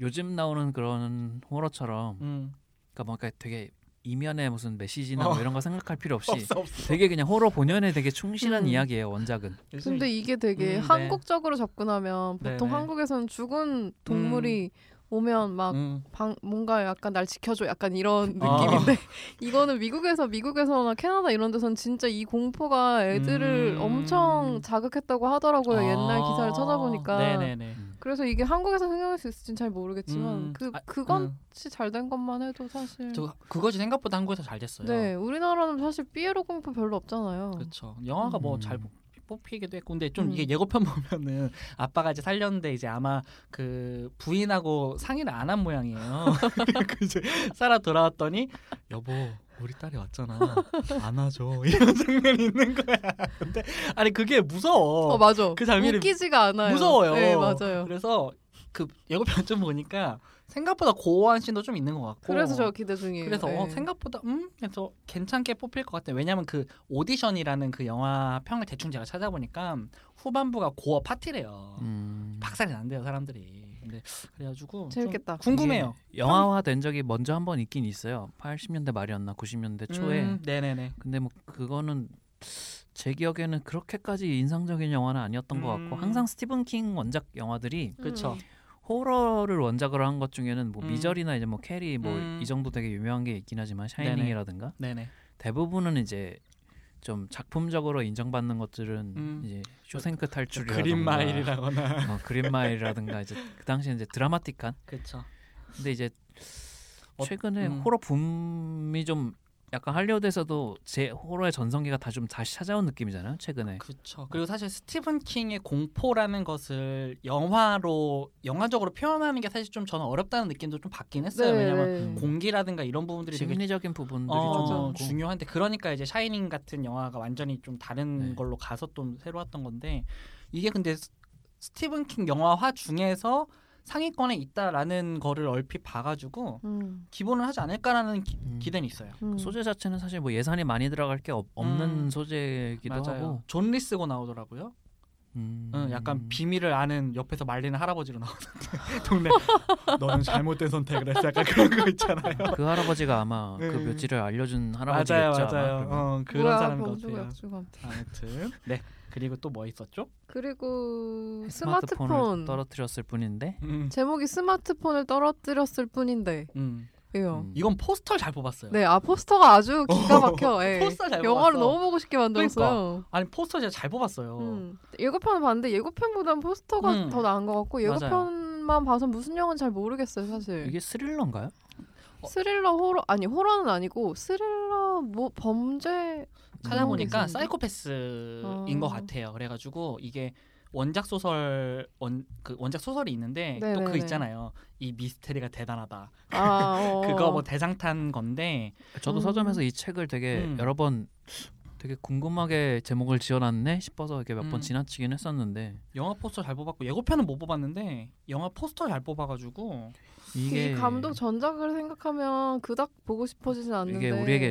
[SPEAKER 2] 요즘 나오는 그런 호러처럼
[SPEAKER 1] 음.
[SPEAKER 2] 그러니까 뭔가 되게 이면에 무슨 메시지나 뭐
[SPEAKER 1] 어.
[SPEAKER 2] 이런 거 생각할 필요 없이
[SPEAKER 1] 없어 없어.
[SPEAKER 2] 되게 그냥 호러 본연에 되게 충실한
[SPEAKER 3] 음.
[SPEAKER 2] 이야기예요 원작은
[SPEAKER 1] 요즘
[SPEAKER 3] 근데 이게
[SPEAKER 1] 음,
[SPEAKER 3] 되게
[SPEAKER 1] 네.
[SPEAKER 3] 한국적으로 접근하면
[SPEAKER 1] 네,
[SPEAKER 3] 보통
[SPEAKER 1] 네.
[SPEAKER 3] 한국에서는 죽은 동물이 오면 막
[SPEAKER 1] 음.
[SPEAKER 3] 방, 뭔가 약간 날 지켜줘 약간 이런
[SPEAKER 1] 아.
[SPEAKER 3] 느낌인데 이거는 미국에서 미국에서나 캐나다 이런 데선 진짜 이 공포가 애들을
[SPEAKER 1] 음.
[SPEAKER 3] 엄청 자극했다고 하더라고요 뭐
[SPEAKER 2] 아.
[SPEAKER 3] 옛날 기사를 찾아보니까
[SPEAKER 1] 네네네.
[SPEAKER 3] 그래서 이게 한국에서 생각할 수 있을지는 잘 모르겠지만
[SPEAKER 1] 음.
[SPEAKER 3] 그
[SPEAKER 1] 아,
[SPEAKER 3] 그건
[SPEAKER 1] 음.
[SPEAKER 3] 잘 된 것만 해도 사실
[SPEAKER 1] 저 그것이 생각보다 한국에서 잘 됐어요.
[SPEAKER 3] 음. 네 우리나라는 사실 삐에로 공포 별로 없잖아요
[SPEAKER 1] 그렇죠. 영화가 뭐
[SPEAKER 2] 음.
[SPEAKER 1] 잘 뽑히기도 했고 근데 좀
[SPEAKER 3] 음.
[SPEAKER 1] 이게 예고편 보면은 아빠가 이제 살렸는데 이제 아마 그 부인하고 상의를 안 한 모양이에요. 그 이제 살아 돌아왔더니 여보 우리 딸이 왔잖아 안아줘 이런 장면이 있는 거야. 근데 아니 그게 무서워.
[SPEAKER 3] 어 맞아
[SPEAKER 1] 그 장면이
[SPEAKER 3] 웃기지가 않아요
[SPEAKER 1] 무서워요.
[SPEAKER 3] 네 맞아요
[SPEAKER 1] 그래서 그 예고편 좀 보니까 생각보다 고어한 씬도 좀 있는 것 같고.
[SPEAKER 3] 그래서 저 기대 중이에요
[SPEAKER 1] 그래서 어,
[SPEAKER 3] 네.
[SPEAKER 1] 생각보다 음 그래서 괜찮게 뽑힐 것 같아. 요 왜냐면 그 오디션이라는 그 영화 평을 대충 제가 찾아보니까 후반부가 고어 파티래요.
[SPEAKER 2] 음.
[SPEAKER 1] 박살이 난대요 사람들이. 근데 그래가지고 좀
[SPEAKER 3] 재밌겠다
[SPEAKER 1] 궁금해요.
[SPEAKER 2] 이게 영화화된 적이 먼저 한 번 있긴 있어요 80년대 말이었나 90년대 초에
[SPEAKER 1] 음, 네네네.
[SPEAKER 2] 근데 뭐 그거는 제 기억에는 그렇게까지 인상적인 영화는 아니었던 것 같고
[SPEAKER 1] 음.
[SPEAKER 2] 항상 스티븐 킹 원작 영화들이
[SPEAKER 3] 음.
[SPEAKER 1] 그렇죠.
[SPEAKER 3] 네,
[SPEAKER 2] 호러를 원작으로 한 것 중에는 뭐
[SPEAKER 1] 음.
[SPEAKER 2] 미저리나 이제 뭐 캐리 뭐 이
[SPEAKER 1] 음.
[SPEAKER 2] 정도 되게 유명한 게 있긴 하지만 샤이닝이라든가
[SPEAKER 1] 네네.
[SPEAKER 2] 대부분은 이제 좀 작품적으로 인정받는 것들은
[SPEAKER 1] 음.
[SPEAKER 2] 이제 쇼생크 탈출이라든가
[SPEAKER 1] 그린마일이라거나.
[SPEAKER 2] 어, 그린마일이라든가 이제 그 당시에 이제 드라마틱한
[SPEAKER 1] 그렇죠.
[SPEAKER 2] 근데 이제
[SPEAKER 1] 어,
[SPEAKER 2] 최근에
[SPEAKER 1] 음.
[SPEAKER 2] 호러 붐이 좀 약간 할리우드에서도 제 호러의 전성기가 다 좀 다시 찾아온 느낌이잖아요 최근에
[SPEAKER 1] 그렇죠. 그리고 사실 스티븐 킹의 공포라는 것을 영화로 영화적으로 표현하는 게 사실 좀 저는 어렵다는 느낌도 좀 받긴
[SPEAKER 3] 네,
[SPEAKER 1] 했어요. 왜냐면
[SPEAKER 2] 음.
[SPEAKER 1] 공기라든가 이런 부분들이 되게
[SPEAKER 2] 심리적인 부분들이
[SPEAKER 1] 어,
[SPEAKER 2] 좀 많고
[SPEAKER 1] 중요한데 그러니까 이제 샤이닝 같은 영화가 완전히 좀 다른
[SPEAKER 2] 네.
[SPEAKER 1] 걸로 가서 또 새로 왔던 건데 이게 근데 스- 스티븐 킹 영화화 중에서 상위권에 있다라는 거를 얼핏 봐가지고
[SPEAKER 3] 음,
[SPEAKER 1] 기본을 하지 않을까라는 기,
[SPEAKER 2] 음.
[SPEAKER 1] 대는 있어요.
[SPEAKER 3] 음.
[SPEAKER 2] 소재 자체는 사실 뭐 예산이 많이 들어갈 게 없, 는
[SPEAKER 1] 음.
[SPEAKER 2] 소재이기도
[SPEAKER 1] 맞아요.
[SPEAKER 2] 하고
[SPEAKER 1] 존 리스고 나오더라고요.
[SPEAKER 2] 음.
[SPEAKER 1] 응, 약간 비밀을 아는 옆에서 말리는 할아버지로 나오는데 동네 너는 잘못된 선택을 했어 약간 그런 거 있잖아요.
[SPEAKER 2] 그 할아버지가 아마
[SPEAKER 1] 네.
[SPEAKER 2] 그 묘지를 알려준 할아버지겠죠.
[SPEAKER 1] 맞아요,
[SPEAKER 2] 아마
[SPEAKER 1] 맞아요.
[SPEAKER 2] 그러면.
[SPEAKER 1] 어, 그런
[SPEAKER 3] 뭐야,
[SPEAKER 1] 사람
[SPEAKER 3] 병주가
[SPEAKER 1] 같아요.
[SPEAKER 3] 역주감.
[SPEAKER 1] 아무튼 네 그리고 또 뭐 있었죠?
[SPEAKER 3] 그리고
[SPEAKER 1] 네,
[SPEAKER 2] 스마트폰을
[SPEAKER 3] 스마트폰
[SPEAKER 2] 떨어뜨렸을 뿐인데
[SPEAKER 1] 음,
[SPEAKER 3] 제목이 스마트폰을 떨어뜨렸을 뿐인데
[SPEAKER 1] 음.
[SPEAKER 3] 예요.
[SPEAKER 2] 음.
[SPEAKER 1] 이건 포스터를 잘 뽑았어요.
[SPEAKER 3] 네, 아 포스터가 아주 기가 막혀. 예.
[SPEAKER 1] 포스터 잘
[SPEAKER 3] 영화를
[SPEAKER 1] 뽑았어.
[SPEAKER 3] 너무 보고 싶게 만들었어요.
[SPEAKER 1] 아니 포스터 진짜 잘 뽑았어요.
[SPEAKER 3] 음. 예고편을 봤는데 예고편보단 포스터가
[SPEAKER 1] 음.
[SPEAKER 3] 더 나은 것 같고
[SPEAKER 1] 맞아요.
[SPEAKER 3] 예고편만 봐서 무슨 영화인지 잘 모르겠어요, 사실.
[SPEAKER 2] 이게 스릴러인가요? 어.
[SPEAKER 3] 스릴러 호러 아니 호러는 아니고 스릴러 뭐 범죄
[SPEAKER 1] 찾아보니까
[SPEAKER 3] 음.
[SPEAKER 1] 사이코패스인
[SPEAKER 3] 어.
[SPEAKER 1] 것 같아요. 그래가지고 이게 원작 소설 원 그 원작 소설이 있는데 또
[SPEAKER 3] 네네네.
[SPEAKER 1] 그 있잖아요. 이 미스테리가 대단하다.
[SPEAKER 3] 아 어.
[SPEAKER 1] 그거 뭐 대장탄 건데
[SPEAKER 2] 저도
[SPEAKER 3] 음.
[SPEAKER 2] 서점에서 이 책을 되게
[SPEAKER 1] 음.
[SPEAKER 2] 여러 번 되게 궁금하게 제목을 지어놨네 싶어서 이렇게 몇 번
[SPEAKER 1] 음.
[SPEAKER 2] 지나치긴 했었는데
[SPEAKER 1] 영화 포스터 잘 뽑았고 예고편은 못 뽑았는데 영화 포스터 잘 뽑아가지고
[SPEAKER 2] 이게
[SPEAKER 3] 이그 감독 전작을 생각하면 그닥 보고 싶어지진 않는데
[SPEAKER 2] 이게 우리에게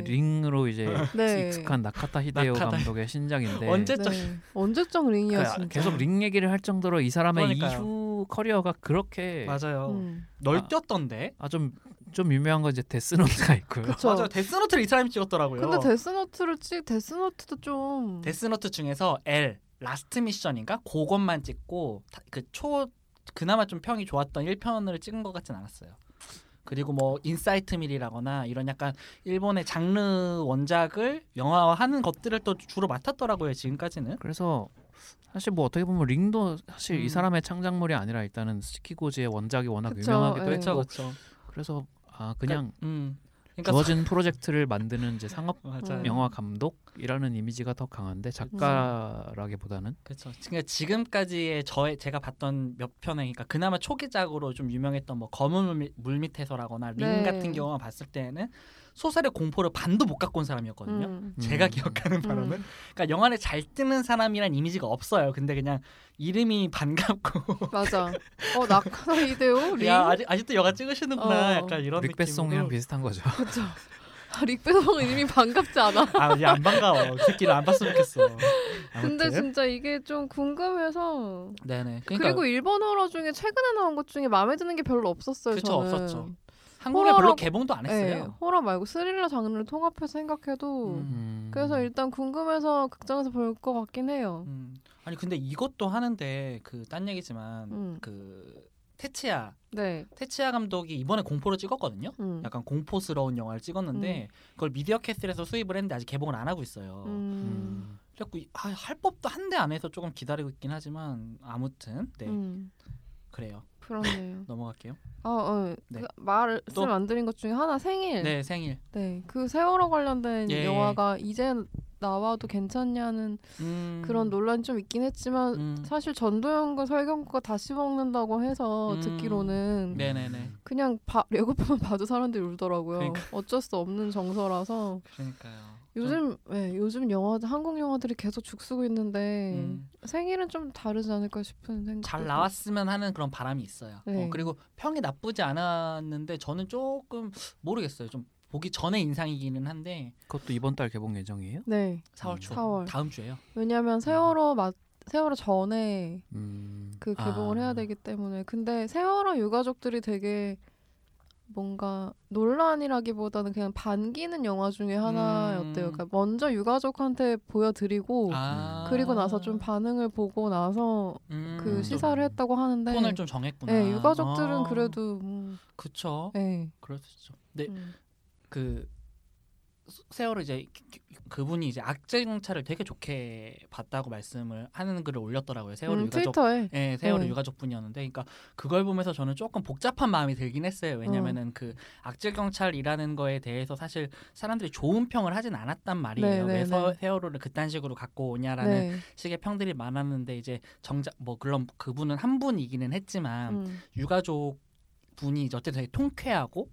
[SPEAKER 2] 링으로 이제
[SPEAKER 3] 네.
[SPEAKER 2] 익숙한 나카타 히데오
[SPEAKER 1] 나카타.
[SPEAKER 2] 감독의 신작인데
[SPEAKER 1] 언제-
[SPEAKER 3] 네. 언제적 링이야
[SPEAKER 2] 그러니까
[SPEAKER 3] 진짜
[SPEAKER 2] 계속 링 얘기를 할 정도로 이 사람의
[SPEAKER 1] 그러니까요.
[SPEAKER 2] 이후 커리어가 그렇게
[SPEAKER 1] 맞아요.
[SPEAKER 3] 음.
[SPEAKER 1] 널뛰었던데.
[SPEAKER 2] 아 좀 좀 유명한 건 이제 데스노트가 있고요.
[SPEAKER 3] 그쵸
[SPEAKER 1] 맞아요. 데스노트를 이 사람이 찍었더라고요.
[SPEAKER 3] 근데 데스노트를 찍 데스노트도
[SPEAKER 2] 음.
[SPEAKER 3] 좀
[SPEAKER 1] 데스노트 중에서 L 라스트 미션인가 그것만 찍고 그 초 그나마 좀 평이 좋았던 1편을 찍은 것 같진 않았어요. 그리고 뭐 인사이트 밀이라거나 이런 약간 일본의 장르 원작을 영화화하는 것들을 또 주로 맡았더라고요 지금까지는.
[SPEAKER 2] 그래서 사실 뭐 어떻게 보면 링도 사실
[SPEAKER 1] 음.
[SPEAKER 2] 이 사람의 창작물이 아니라 일단은 스키고지의 원작이 워낙
[SPEAKER 3] 그쵸,
[SPEAKER 2] 유명하기도
[SPEAKER 3] 예.
[SPEAKER 2] 했고
[SPEAKER 1] 그렇죠.
[SPEAKER 2] 그래서 아 그냥
[SPEAKER 1] 음. 그러니까
[SPEAKER 2] 주어진 프로젝트를 만드는 이제 상업
[SPEAKER 1] 사- 맞아요.
[SPEAKER 3] 음.
[SPEAKER 2] 영화 감독이라는 이미지가 더 강한데 작가라기보다는
[SPEAKER 1] 그렇죠. 그러니까 지금까지의 저의 제가 봤던 몇 편에 그러니까 그나마 초기작으로 좀 유명했던 뭐 검은 물 밑- 물 밑에서라거나 링
[SPEAKER 3] 네.
[SPEAKER 1] 같은 경우만 봤을 때는 소설의 공포를 반도 못 갖고 온 사람이었거든요.
[SPEAKER 3] 음.
[SPEAKER 1] 제가
[SPEAKER 2] 음.
[SPEAKER 1] 기억하는 바로는
[SPEAKER 3] 음.
[SPEAKER 1] 그러니까 영화를 잘 뜨는 사람이란 이미지가 없어요. 근데 그냥 이름이 반갑고
[SPEAKER 3] 맞아 어 나카다 히데오 링
[SPEAKER 1] 야 아직 아직도 영화 찍으시는구나
[SPEAKER 3] 어.
[SPEAKER 1] 약간 이런
[SPEAKER 2] 음, 릭베송이랑
[SPEAKER 1] 느낌으로.
[SPEAKER 2] 비슷한 거죠.
[SPEAKER 3] 그쵸 아, 릭베송 이름이 반갑지 않아
[SPEAKER 1] 아, 이제 안 반가워. 그 새끼를 안 봤으면 좋겠어.
[SPEAKER 3] 근데
[SPEAKER 1] 아무튼.
[SPEAKER 3] 진짜 이게 좀 궁금해서
[SPEAKER 1] 네네. 그러니까
[SPEAKER 3] 그리고 일본 호러 중에 최근에 나온 것 중에 마음에 드는 게 별로 없었어요.
[SPEAKER 1] 그쵸,
[SPEAKER 3] 저는.
[SPEAKER 1] 없었죠. 한국에
[SPEAKER 3] 호러라고-
[SPEAKER 1] 별로 개봉도 안
[SPEAKER 3] 네,
[SPEAKER 1] 했어요.
[SPEAKER 3] 호러 말고 스릴러 장르를 통합해서 생각해도
[SPEAKER 1] 음.
[SPEAKER 2] 음.
[SPEAKER 3] 그래서 일단 궁금해서 극장에서 볼 것 같긴 해요.
[SPEAKER 1] 음. 아니 근데 이것도 하는데 그 딴 얘기지만
[SPEAKER 3] 음.
[SPEAKER 1] 그 테치야
[SPEAKER 3] 네.
[SPEAKER 1] 테치야 감독이 이번에 공포를 찍었거든요.
[SPEAKER 3] 음.
[SPEAKER 1] 약간 공포스러운 영화를 찍었는데 그걸 미디어 캐슬에서 수입을 했는데 아직 개봉을 안 하고 있어요.
[SPEAKER 3] 음.
[SPEAKER 2] 음.
[SPEAKER 1] 그래갖고 이- 아, 할 법도 한데 안 해서 조금 기다리고 있긴 하지만 아무튼 네
[SPEAKER 3] 음.
[SPEAKER 1] 그래요
[SPEAKER 3] 그렇네요.
[SPEAKER 1] 넘어갈게요.
[SPEAKER 3] 어, 어.
[SPEAKER 1] 네.
[SPEAKER 3] 그 말을
[SPEAKER 1] 또?
[SPEAKER 3] 안 드린 것 중에 하나 생일.
[SPEAKER 1] 네 생일.
[SPEAKER 3] 네. 그 세월호 관련된
[SPEAKER 1] 예.
[SPEAKER 3] 영화가 이제 나와도 괜찮냐는
[SPEAKER 1] 음,
[SPEAKER 3] 그런 논란이 좀 있긴 했지만
[SPEAKER 1] 음.
[SPEAKER 3] 사실 전도연과 설경구가 다시 먹는다고 해서
[SPEAKER 1] 음.
[SPEAKER 3] 듣기로는
[SPEAKER 1] 네네네.
[SPEAKER 3] 그냥 봐, 예고편만 봐도 사람들이 울더라고요.
[SPEAKER 1] 그러니까.
[SPEAKER 3] 어쩔 수 없는 정서라서
[SPEAKER 1] 그러니까요. 좀,
[SPEAKER 3] 요즘 예, 요즘 영화 한국 영화들이 계속 죽쓰고 있는데
[SPEAKER 1] 음,
[SPEAKER 3] 생일은 좀 다르지 않을까 싶은 생각.
[SPEAKER 1] 잘 나왔으면 하는 그런 바람이 있어요.
[SPEAKER 3] 네.
[SPEAKER 1] 어, 그리고 평이 나쁘지 않았는데 저는 조금 모르겠어요. 좀 보기 전에 인상이기는 한데
[SPEAKER 2] 그것도 이번 달 개봉 예정이에요?
[SPEAKER 1] 4월 초
[SPEAKER 3] 사월.
[SPEAKER 1] 다음 주에요.
[SPEAKER 3] 네. 왜냐하면 세월호 마, 세월호 전에
[SPEAKER 2] 음.
[SPEAKER 3] 그 개봉을
[SPEAKER 2] 아.
[SPEAKER 3] 해야 되기 때문에 근데 세월호 유가족들이 되게 뭔가 논란이라기보다는 그냥 반기는 영화 중에 하나였대요.
[SPEAKER 1] 음.
[SPEAKER 3] 그러니까 먼저 유가족한테 보여드리고
[SPEAKER 1] 아.
[SPEAKER 3] 그리고 나서 좀 반응을 보고 나서
[SPEAKER 1] 음,
[SPEAKER 3] 그
[SPEAKER 1] 좀
[SPEAKER 3] 시사를 했다고 하는데
[SPEAKER 1] 톤을 좀 정했구나.
[SPEAKER 3] 네, 유가족들은
[SPEAKER 1] 아.
[SPEAKER 3] 그래도 음,
[SPEAKER 1] 그쵸.
[SPEAKER 3] 네.
[SPEAKER 1] 그럴 수 있죠. 네,
[SPEAKER 3] 음.
[SPEAKER 1] 그 소- 세월호 이제 기- 기- 그분이 이제 악재경찰을 되게 좋게 봤다고 말씀을 하는 글을 올렸더라고요. 세월호
[SPEAKER 3] 음,
[SPEAKER 1] 유가족
[SPEAKER 3] 트위터에
[SPEAKER 1] 예, 세월호
[SPEAKER 3] 네.
[SPEAKER 1] 유가족 분이었는데, 그러니까 그걸 보면서 저는 조금 복잡한 마음이 들긴 했어요. 왜냐면은 그 악질 경찰이라는 거에 대해서 사실 사람들이 좋은 평을 하진 않았단 말이에요.
[SPEAKER 3] 네, 네,
[SPEAKER 1] 왜 서-
[SPEAKER 3] 네.
[SPEAKER 1] 세월호를 그딴 식으로 갖고 오냐라는
[SPEAKER 3] 네.
[SPEAKER 1] 식의 평들이 많았는데 이제 정작 뭐 물론 그분은 한 분이기는 했지만
[SPEAKER 3] 음.
[SPEAKER 1] 유가족 분이 어쨌든 되게 통쾌하고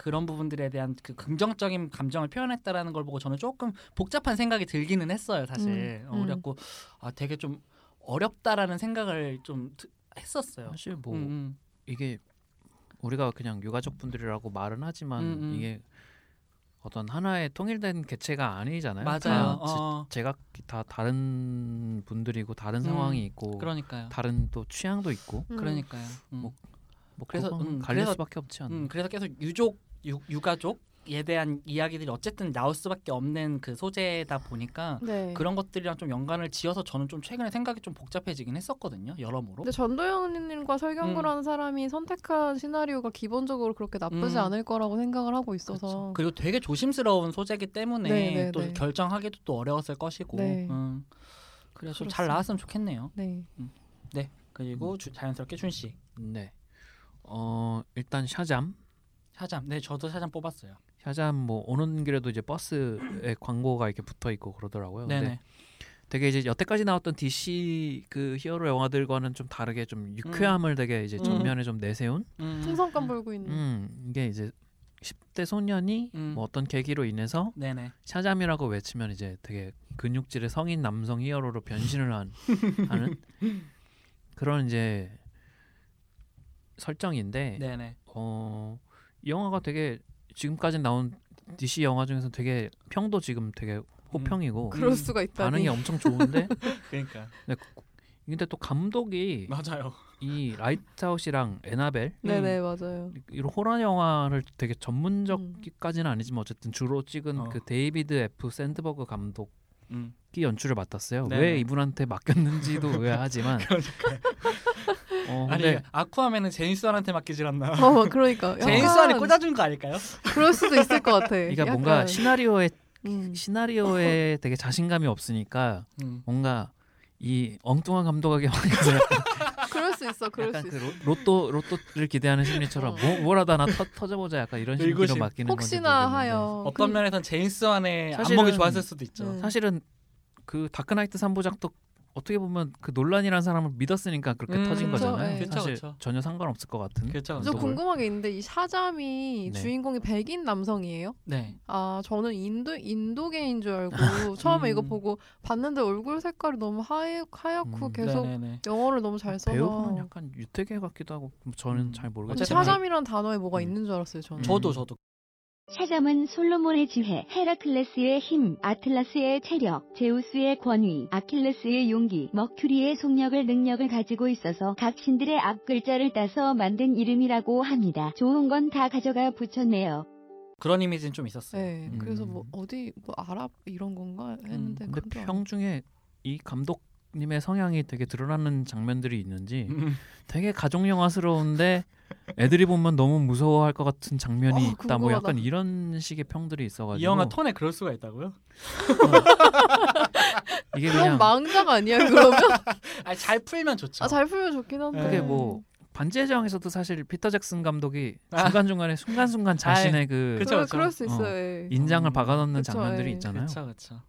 [SPEAKER 1] 그런 부분들에 대한 그 긍정적인 감정을 표현했다라는 걸 보고 저는 조금 복잡한 생각이 들기는 했어요 사실
[SPEAKER 3] 음,
[SPEAKER 1] 어, 그래갖고 아 되게 좀 어렵다라는 생각을 좀 드- 했었어요.
[SPEAKER 2] 사실 뭐
[SPEAKER 1] 음, 음.
[SPEAKER 2] 이게 우리가 그냥 유가족 분들이라고 말은 하지만
[SPEAKER 1] 음, 음.
[SPEAKER 2] 이게 어떤 하나의 통일된 개체가 아니잖아요. 네? 다
[SPEAKER 1] 맞아요.
[SPEAKER 2] 지-
[SPEAKER 1] 어,
[SPEAKER 2] 제각기 다 다른 분들이고 다른
[SPEAKER 1] 음,
[SPEAKER 2] 상황이 있고
[SPEAKER 1] 그러니까요.
[SPEAKER 2] 뭐 다른 또 취향도 있고
[SPEAKER 3] 음.
[SPEAKER 1] 그러니까요. 음.
[SPEAKER 2] 뭐, 뭐
[SPEAKER 1] 그래서,
[SPEAKER 2] 그래서
[SPEAKER 1] 음,
[SPEAKER 2] 갈릴
[SPEAKER 1] 그래서-
[SPEAKER 2] 수밖에 없지 않나.
[SPEAKER 1] 음, 그래서 계속 유족, 유, 유가족에 대한 이야기들이 어쨌든 나올 수밖에 없는 그 소재다 보니까
[SPEAKER 3] 네.
[SPEAKER 1] 그런 것들이랑 좀 연관을 지어서 저는 좀 최근에 생각이 좀 복잡해지긴 했었거든요. 여러모로.
[SPEAKER 3] 근데 전도연님과 설경구라는 사람이 선택한 시나리오가 기본적으로 그렇게 나쁘지
[SPEAKER 1] 음.
[SPEAKER 3] 않을 거라고 생각을 하고 있어서
[SPEAKER 1] 그렇죠. 그리고 되게 조심스러운 소재기 때문에
[SPEAKER 3] 네, 네,
[SPEAKER 1] 또
[SPEAKER 3] 네.
[SPEAKER 1] 결정하기도 또 어려웠을 것이고.
[SPEAKER 3] 네.
[SPEAKER 1] 음. 그래서 좀
[SPEAKER 3] 그렇습니다.
[SPEAKER 1] 잘 나왔으면 좋겠네요.
[SPEAKER 3] 네.
[SPEAKER 1] 그리고 주- 자연스럽게 준 씨.
[SPEAKER 2] 네. 어 일단 샤잠.
[SPEAKER 1] 샤잠. 네, 저도 샤잠 뽑았어요.
[SPEAKER 2] 샤잠 뭐 오는 길에도 이제 버스에 광고가 이렇게 붙어 있고 그러더라고요.
[SPEAKER 1] 네,
[SPEAKER 2] 근데
[SPEAKER 1] 네.
[SPEAKER 2] 되게 이제 여태까지 나왔던 DC 그 히어로 영화들과는 좀 다르게 좀 유쾌함을 되게 이제
[SPEAKER 1] 음.
[SPEAKER 2] 전면에 좀 내세운
[SPEAKER 1] 음.
[SPEAKER 3] 풍선감
[SPEAKER 1] 음.
[SPEAKER 3] 불고 있는
[SPEAKER 2] 음, 이게 이제 10대 소년이
[SPEAKER 1] 음.
[SPEAKER 2] 뭐 어떤 계기로 인해서
[SPEAKER 1] 네, 네.
[SPEAKER 2] 샤잠이라고 외치면 이제 되게 근육질의 성인 남성 히어로로 변신을 한 하는 그런 이제 설정인데
[SPEAKER 1] 네, 네.
[SPEAKER 2] 어, 이 영화가 되게 지금까지 나온 DC 영화 중에서 되게 평도 지금 되게 호평이고
[SPEAKER 1] 그-
[SPEAKER 3] 그럴
[SPEAKER 1] 음.
[SPEAKER 3] 수가 있다니.
[SPEAKER 2] 반응이 엄청 좋은데
[SPEAKER 1] 그러니까.
[SPEAKER 2] 근데 또 감독이
[SPEAKER 1] 맞아요.
[SPEAKER 2] 이 라이트하우스랑 에나벨
[SPEAKER 3] 네네 맞아요.
[SPEAKER 2] 이런 호러 영화를 되게
[SPEAKER 3] 음.
[SPEAKER 2] 전문적까지는 아니지만 어쨌든 주로 찍은
[SPEAKER 1] 어.
[SPEAKER 2] 그 데이비드 F 샌드버그 감독
[SPEAKER 1] 음.
[SPEAKER 2] 이 연출을 맡았어요.
[SPEAKER 1] 네네.
[SPEAKER 2] 왜 이분한테 맡겼는지도 의아하지만. 어, 근데
[SPEAKER 1] 아니, 아쿠아맨은 제인스완한테 맡기질 않나.
[SPEAKER 3] 어 그러니까
[SPEAKER 1] 제인스완이
[SPEAKER 3] 약간
[SPEAKER 1] 꽂아준 거 아닐까요?
[SPEAKER 3] 그럴 수도 있을 것 같아.
[SPEAKER 2] 그러니까
[SPEAKER 3] 약간.
[SPEAKER 2] 뭔가 시나리오에
[SPEAKER 3] 음.
[SPEAKER 2] 시나리오에 되게 자신감이 없으니까
[SPEAKER 1] 음.
[SPEAKER 2] 뭔가 이 엉뚱한 감독에게 맡겨서 약간
[SPEAKER 3] 그럴 수 있어. 그럴
[SPEAKER 2] 약간
[SPEAKER 3] 수
[SPEAKER 2] 그
[SPEAKER 3] 있어.
[SPEAKER 2] 로- 로또 로또를 기대하는 심리처럼
[SPEAKER 3] 어.
[SPEAKER 2] 뭐 뭐라도 하나 터, 터져보자 약간 이런 심리로
[SPEAKER 1] 의구심.
[SPEAKER 2] 맡기는 건지
[SPEAKER 3] 혹시나
[SPEAKER 2] 모르겠는데.
[SPEAKER 3] 하여
[SPEAKER 1] 어떤 면에선 제인스완의
[SPEAKER 2] 사실은-
[SPEAKER 1] 안목이 좋았을 수도 있죠.
[SPEAKER 3] 음.
[SPEAKER 2] 사실은 그 다크나이트 3부작도 어떻게 보면 그 논란이라는 사람을 믿었으니까 그렇게
[SPEAKER 1] 음,
[SPEAKER 2] 터진
[SPEAKER 3] 그쵸,
[SPEAKER 2] 거잖아요.
[SPEAKER 3] 예.
[SPEAKER 1] 그쵸,
[SPEAKER 2] 사실
[SPEAKER 1] 그쵸.
[SPEAKER 2] 전혀 상관없을 것 같은.
[SPEAKER 1] 아, 그쵸,
[SPEAKER 3] 저
[SPEAKER 1] 그쵸.
[SPEAKER 2] 감독을.
[SPEAKER 3] 궁금한 게 있는데 이 샤잠이
[SPEAKER 2] 네.
[SPEAKER 3] 주인공이 백인 남성이에요?
[SPEAKER 1] 네.
[SPEAKER 3] 아 저는 인도 인도계인 줄 알고 처음에 이거
[SPEAKER 1] 음.
[SPEAKER 3] 보고 봤는데 얼굴 색깔이 너무 하얘, 하얗고
[SPEAKER 2] 음. 아,
[SPEAKER 3] 계속
[SPEAKER 1] 네네네.
[SPEAKER 3] 영어를 너무 잘
[SPEAKER 2] 배우는
[SPEAKER 3] 써서
[SPEAKER 2] 약간 유태계 같기도 하고 뭐 저는
[SPEAKER 1] 음.
[SPEAKER 2] 잘
[SPEAKER 3] 근데
[SPEAKER 2] 모르겠어요.
[SPEAKER 1] 어쨌든 사자-
[SPEAKER 3] 샤잠이란 뭐 단어에 뭐가
[SPEAKER 2] 음.
[SPEAKER 3] 있는 줄 알았어요 저는.
[SPEAKER 2] 저-
[SPEAKER 1] 저도 저도
[SPEAKER 4] 샤잠은 솔로몬의 지혜, 헤라클레스의 힘, 아틀라스의 체력, 제우스의 권위, 아킬레스의 용기, 머큐리의 속력을 능력을 가지고 있어서 각 신들의 앞글자를 따서 만든 이름이라고 합니다. 좋은 건 다 가져가 붙였네요.
[SPEAKER 1] 그런 이미지는 좀 있었어요.
[SPEAKER 3] 네,
[SPEAKER 2] 음.
[SPEAKER 3] 그래서 뭐 어디 뭐 아랍 이런 건가 했는데
[SPEAKER 1] 음,
[SPEAKER 2] 근데
[SPEAKER 3] 그건 또
[SPEAKER 2] 평 중에 이 감독님의 성향이 되게 드러나는 장면들이 있는지
[SPEAKER 1] 음.
[SPEAKER 2] 되게 가족 영화스러운데 애들이 보면 너무 무서워할 것 같은 장면이
[SPEAKER 3] 어,
[SPEAKER 2] 있다. 뭐
[SPEAKER 3] 궁금하다.
[SPEAKER 2] 약간 이런 식의 평들이 있어가지고 어.
[SPEAKER 1] 이 영화 톤에 그럴 수가 있다고요?
[SPEAKER 2] 이게
[SPEAKER 3] 그건
[SPEAKER 2] 그냥
[SPEAKER 3] 망작 아니야 그러면?
[SPEAKER 1] 아, 잘 풀면 좋죠.
[SPEAKER 3] 아 잘 풀면 좋긴 한데.
[SPEAKER 1] 그게
[SPEAKER 3] 음.
[SPEAKER 2] 뭐 반지의 제왕에서도 사실 피터 잭슨 감독이 중간 중간에 순간 순간
[SPEAKER 1] 아. 아이,
[SPEAKER 2] 자신의 그
[SPEAKER 1] 그쵸,
[SPEAKER 3] 그럴,
[SPEAKER 1] 그쵸.
[SPEAKER 3] 그럴 수
[SPEAKER 2] 어.
[SPEAKER 3] 있어요. 예.
[SPEAKER 2] 인장을
[SPEAKER 1] 음,
[SPEAKER 2] 박아넣는
[SPEAKER 3] 그쵸,
[SPEAKER 2] 장면들이
[SPEAKER 3] 예.
[SPEAKER 2] 있잖아요.
[SPEAKER 1] 그렇죠, 그렇죠.